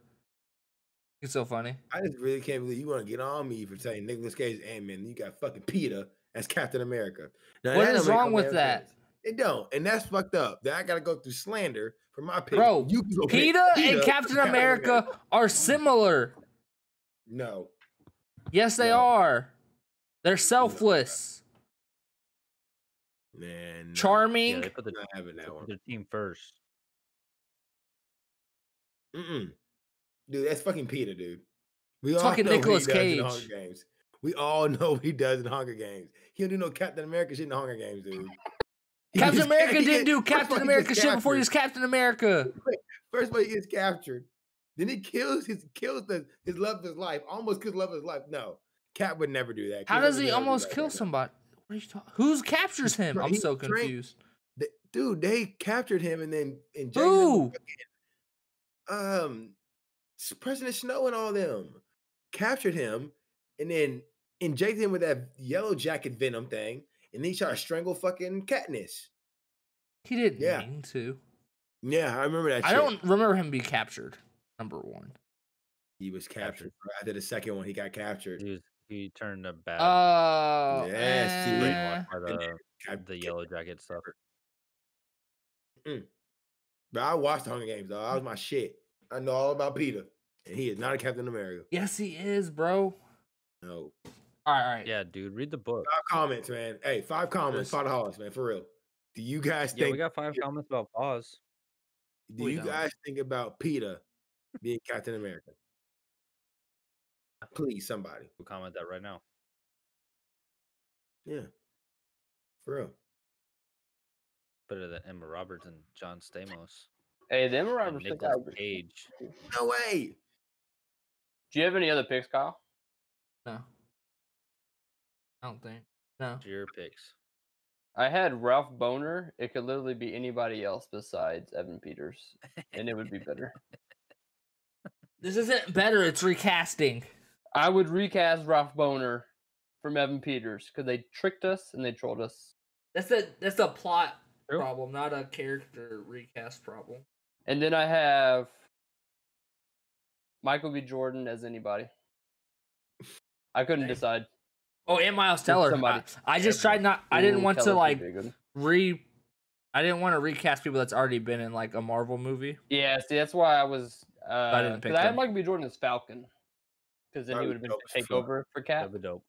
S2: He's so funny.
S4: I just really can't believe you want to get on me for saying Nicholas Cage Ant Man. You got fucking Peter as Captain America. Now,
S2: What
S4: that
S2: is
S4: don't make
S2: wrong
S4: no
S2: with
S4: damn
S2: that?
S4: sense. It don't, and that's fucked up. That I gotta go through slander for my pick.
S2: Bro,
S4: you can go pick
S2: PETA and
S4: as
S2: Captain America are similar.
S4: No,
S2: Yes, they
S4: No.
S2: are. They're selfless,
S4: man, no,
S1: Yeah,
S2: charming.
S1: they put the
S4: I'm not having
S1: they
S4: that
S1: put
S4: one.
S1: their team first.
S4: Mm-mm. Dude, that's fucking Peter, dude. We
S2: It's fucking
S4: know what he
S2: Nicolas
S4: does in
S2: Cage.
S4: Hunger Games. We all know what he does in Hunger Games. He don't do no Captain America shit in the Hunger Games, dude. He
S2: Captain
S4: gets-
S2: America
S4: he
S2: didn't
S4: gets-
S2: do
S4: first of all,
S2: Captain
S4: he
S2: America
S4: gets
S2: shit before he was
S4: captured.
S2: Captain America.
S4: First of all, he gets captured. Then he kills his kills the, his love of his life. Almost kills love of his life. No, Cap would never do that.
S2: How
S4: Cap
S2: does
S4: would
S2: he
S4: never do
S2: almost
S4: that,
S2: kill
S4: dude.
S2: somebody? What are you talking? Who's captures him?
S4: tra-
S2: I'm
S4: he's
S2: so
S4: trained.
S2: confused.
S4: Th- dude, they captured him and then injected him with
S2: Who?
S4: um s- President Snow and all them captured him and then injected him with that yellow jacket venom thing, and then he tried to strangle fucking Katniss.
S2: He didn't
S4: Yeah.
S2: mean to.
S4: Yeah, I remember that.
S2: I
S4: shit.
S2: don't remember him being captured. Number one.
S4: He was captured
S1: Captured.
S4: bro. after the second one. He got captured.
S1: He was he turned a bad
S2: Oh.
S4: Yes, he
S2: eh.
S1: brainwashed by
S4: and
S1: the,
S4: Cap-
S1: the yellow jacket stuff.
S4: But I watched the Hunger Games. Though. That was my shit. I know all about Peter, and he is not a Captain America.
S2: Yes, he is, bro.
S4: No.
S2: All right, all right.
S1: Yeah, dude, read the book.
S4: Five comments, man. Hey, five
S1: Just-
S4: comments. Five dollars, man. For real. Do you guys
S1: Yeah,
S4: think
S1: we got five
S4: Peter-
S1: comments about pause.
S4: Do
S2: We
S4: you
S2: don't.
S4: guys think about Peter being Captain America? Please, somebody.
S1: We'll comment that right now.
S4: Yeah. For real.
S1: Better than Emma Roberts and John Stamos.
S3: Hey, them
S1: and
S3: Roberts
S1: Nicolas
S3: out. Do
S1: Cage.
S4: No way.
S3: you have any other picks, Kyle?
S2: No. I don't think. No.
S1: Your picks.
S3: I had Ralph Boner. It could literally be anybody else besides Evan Peters, and it would be better.
S2: This isn't better. It's recasting.
S3: I would recast Ralph Boner from Evan Peters because they tricked us and they trolled us.
S2: That's a that's a plot
S1: True.
S2: problem, not a character recast problem.
S3: And then I have Michael B. Jordan as anybody. I couldn't
S2: Dang.
S3: decide.
S2: Oh, and Miles Teller.
S3: somebody-
S2: I, I just
S1: Yeah,
S2: tried not. I didn't
S3: Ooh,
S2: want
S3: Teller
S2: to
S3: could
S2: like
S3: be good.
S2: re. I didn't want to recast people that's already been in like a Marvel movie.
S3: Yeah, see, that's why I was. Uh, I
S1: didn't pick
S3: I had
S1: them.
S3: Michael B. Jordan as Falcon because then
S4: That
S3: he
S4: would
S3: would have been
S4: be dope as
S3: take
S4: fuck.
S3: over for Cap.
S1: That'd be dope.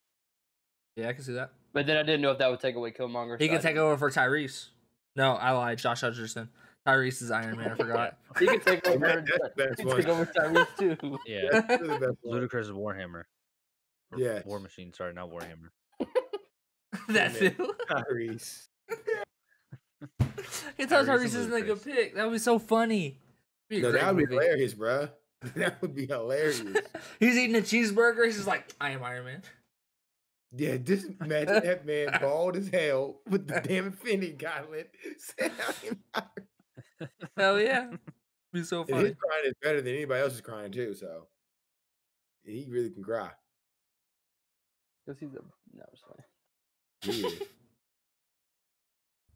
S2: Yeah, I can see that.
S3: But then I didn't know if that would take away Killmonger.
S2: He
S3: so
S2: can
S3: I
S2: take
S3: didn't-
S2: over for Tyrese. No, I lied. Josh Hutcherson. Tyrese is Iron Man. I forgot.
S3: He can take
S4: That-
S3: over.
S4: that's the best
S3: he can take
S4: one.
S3: over Tyrese too.
S1: Yeah.
S4: That's really the best one.
S1: Ludacris is Warhammer. Or
S4: Yes.
S1: War Machine. Sorry, not Warhammer.
S2: That's it.
S4: Damn Tyrese.
S2: It's how
S1: Tyrese and
S2: Tyrese isn't a good
S1: Ludacris.
S2: pick. That would be so funny. Be a
S4: No,
S2: great
S4: that would be
S2: movie.
S4: hilarious, bruh. That would be hilarious.
S2: He's eating a cheeseburger. He's just like, I am Iron Man.
S4: Yeah, just imagine that man bald as hell with the damn infinity gauntlet. Sam Iron-
S2: Hell yeah. Be so
S4: and his
S2: funny.
S4: crying is better than anybody else's crying too, so he really can cry.
S3: Because he's a no, I'm just playing.
S4: Yeah.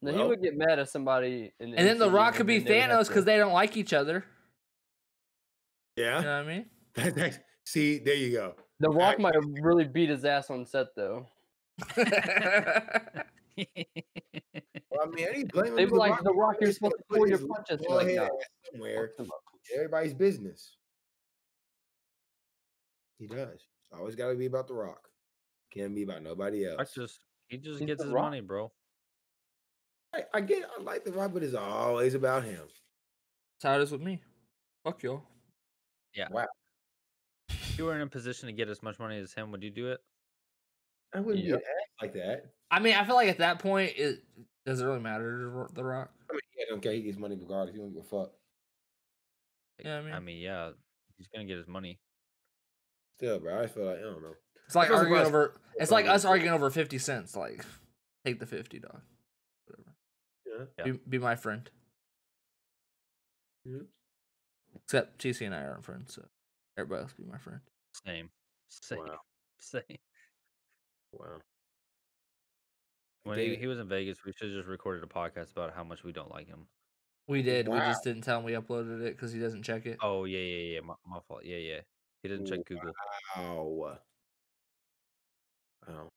S3: Now, he
S4: Well.
S3: would get mad at somebody, and
S2: And then The Rock could be Thanos because they don't like each other. You know
S4: yeah.
S2: what I mean?
S4: That's act- See, there you go.
S3: The Rock might have really beat his ass on set though.
S4: Well, I mean, I ain't blaming
S3: They'd
S4: him.
S3: be like,
S4: Rock-
S3: "The Rock, you're
S4: he's
S3: supposed to
S4: gonna put
S3: pull your
S4: his
S3: punches." He's
S4: bald
S3: like,
S4: head
S3: "No,
S4: ass somewhere.
S3: fuck them up."
S4: everybody's business. He does. It's always got to be about The Rock. Can't be about nobody else.
S1: That's just he just
S3: He's
S1: gets
S3: The
S1: his
S3: Rock.
S1: money, bro.
S4: I, I get I like The Rock, but it's always about him.
S2: That's how it is with me. Fuck y'all.
S1: If you were in a position to get as much money as him, would you do it?
S4: I wouldn't
S3: Yep.
S4: be an ass like that.
S2: I mean, I feel like at that point, it does it really matter to Ro- The Rock?
S4: I mean, yeah, I don't care. He gets money regardless. He don't give a fuck.
S1: Like,
S2: Yeah, I mean-
S1: yeah, he's gonna get his money.
S4: Still, bro, I just feel like I don't know.
S2: It's like
S4: Because of
S2: arguing
S4: us-
S2: over. It's like
S4: Whatever.
S2: us arguing over fifty cents. Like, take the fifty, dog. Whatever.
S4: Yeah.
S1: Yeah.
S2: Be, be my friend.
S4: Mhm.
S2: Except TC and I aren't friends, so everybody else be my friend.
S1: Same, same,
S4: Wow.
S1: same.
S4: Wow.
S1: When he,
S4: David-
S1: he was in Vegas, we should have just recorded a podcast about how much we don't like him.
S2: We did. We
S4: Wow.
S2: just didn't tell him we uploaded it because he doesn't check it.
S1: Oh yeah, yeah, yeah. My, my fault. Yeah, yeah. He didn't check Google.
S4: Ow. Ow.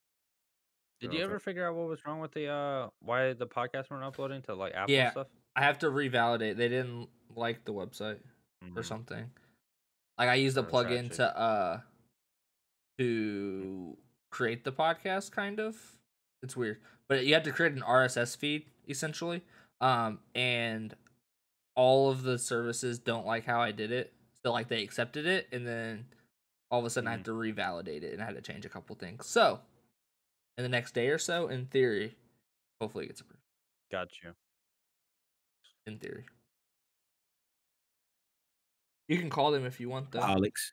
S1: Did
S4: Yeah,
S1: you
S4: okay.
S1: ever figure out what was wrong with the uh why the podcasts weren't uploading to like Apple
S2: Yeah.
S1: stuff
S2: I have to revalidate. They didn't like the website or
S1: Mm,
S2: something. Like I used the
S1: Oh, that's tragic.
S2: plugin to uh to create the podcast kind of. It's weird. But you have to create an RSS feed essentially. Um and all of the services don't like how I did it. So like they accepted it and then all of a sudden I had to revalidate it and I had to change a couple things. So in the next day or so, in theory, hopefully it gets approved.
S1: Got you.
S2: In theory. You can call them if you want though.
S4: Alex,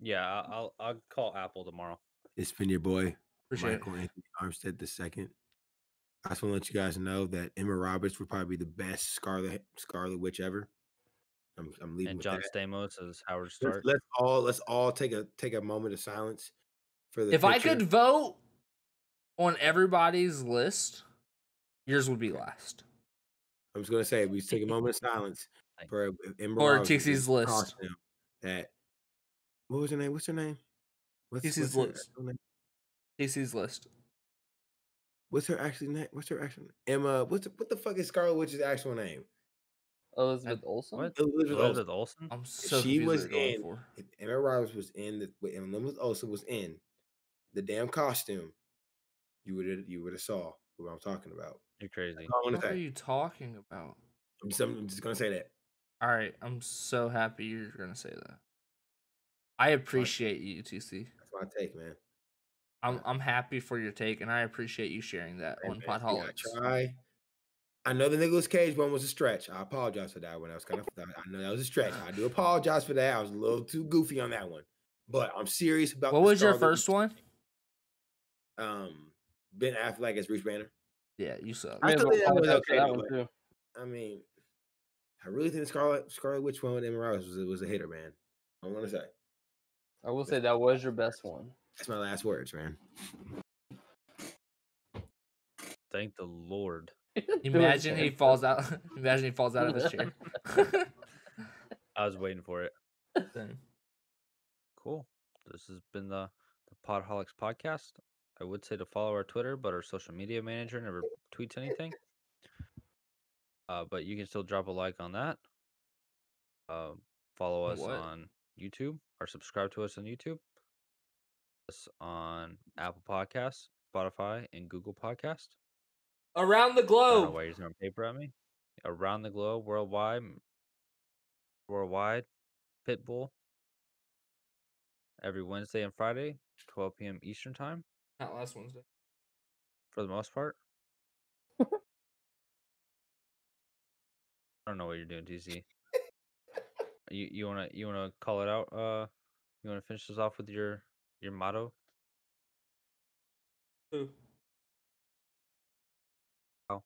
S1: Yeah, I- I'll I'll call Apple tomorrow.
S4: it's been your boy,
S2: Appreciate it.
S4: Michael Anthony Armstead II. I just want to let you guys know that Emma Roberts would probably be the best Scarlet Scarlet Witch ever. I'm, I'm leaving
S1: And
S4: with
S1: John
S4: that.
S1: Stamos is Howard
S4: Let's,
S1: Stark.
S4: let's all let's all take a take a moment of silence for the.
S2: if I could
S4: picture.
S2: vote on everybody's list, yours would be last.
S4: I'm just gonna say we just take a moment of silence
S1: Thank
S4: for Ember
S2: Or TC's list.
S4: That what was her name? What's her name? What's,
S2: TC's
S4: what's her
S2: list.
S4: actual name?
S2: TC's list.
S4: What's her actual name? What's her actual name? Emma? What's the, what the fuck is Scarlet Witch's actual name?
S3: Elizabeth Olsen.
S1: What?
S4: Elizabeth Olsen.
S1: Elizabeth Olsen?
S2: I'm so
S4: She
S2: confused
S4: was
S2: what you're going
S4: in-
S2: for.
S4: If Emma Roberts was in the when Elizabeth Olsen was in the damn costume, you would you would have saw what I'm talking about.
S1: You're crazy.
S4: That's all I'm,
S2: What
S4: gonna
S2: are
S4: say.
S2: you talking about?
S4: I'm just, I'm just gonna say that.
S2: All right, I'm so happy you're gonna say that. I appreciate you, TC.
S4: That's my take, man.
S2: I'm I'm happy for your take, and I appreciate you sharing that
S4: Hey,
S2: on
S4: man, you gotta
S2: Podholics.
S4: Try. I know the Nicolas Cage one was a stretch. I apologize for that one. That was kind of. I know that was a stretch. I do apologize for that. I was a little too goofy on that one, but I'm serious about.
S2: What
S4: the
S2: was your
S4: Scarlet
S2: first one?
S4: Witch. Um, Ben Affleck as Bruce Banner.
S2: Yeah, you suck.
S4: I
S3: We have
S4: thought
S3: a
S4: that
S3: podcast
S4: was
S3: for
S4: okay,
S3: that one,
S4: but-
S3: too.
S4: I mean, I really think Scarlet Scarlet Witch one with Emma Roberts was, a- was a hitter, man. I'm gonna say
S3: I will say that was your best one.
S4: that's my last words, man.
S1: Thank the Lord.
S2: Imagine he falls out. Imagine he falls out of his chair.
S1: I was waiting for it.
S2: Same.
S1: Cool. This has been the, the Podholics podcast. I would say to follow our Twitter, but our social media manager never tweets anything. Uh, but you can still drop a like on that. Um, follow us
S3: What?
S1: on YouTube or subscribe to us on YouTube. Us on Apple Podcasts, Spotify, and Google Podcast.
S2: Around the
S1: I
S3: Oh.
S1: don't know
S2: globe.
S1: why you're throwing paper at me. Around the globe, worldwide, m- worldwide, Pitbull. Every Wednesday and Friday, 12 p.m. Eastern time,
S2: Not last Wednesday.
S1: for the most part. I don't know what you're doing, TC. You you wanna you wanna call it out? Uh, you wanna finish this off with your your motto?
S2: Who?
S1: Oh.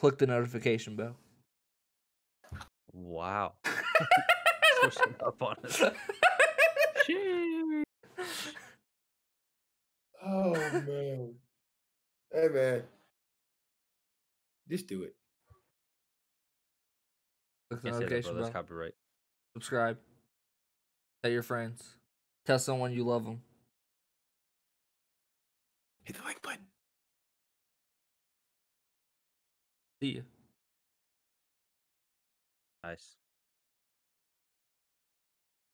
S2: Click the notification bell.
S1: Wow, switching up on us.
S4: Oh man. Hey man. Just do it.
S1: Can't
S2: Click the
S1: say that,
S2: notification
S1: bro. That's
S2: bell.
S1: copyright.
S2: Subscribe. Tell your friends. Tell someone you love them.
S4: Hit the like button.
S2: See ya.
S1: Nice.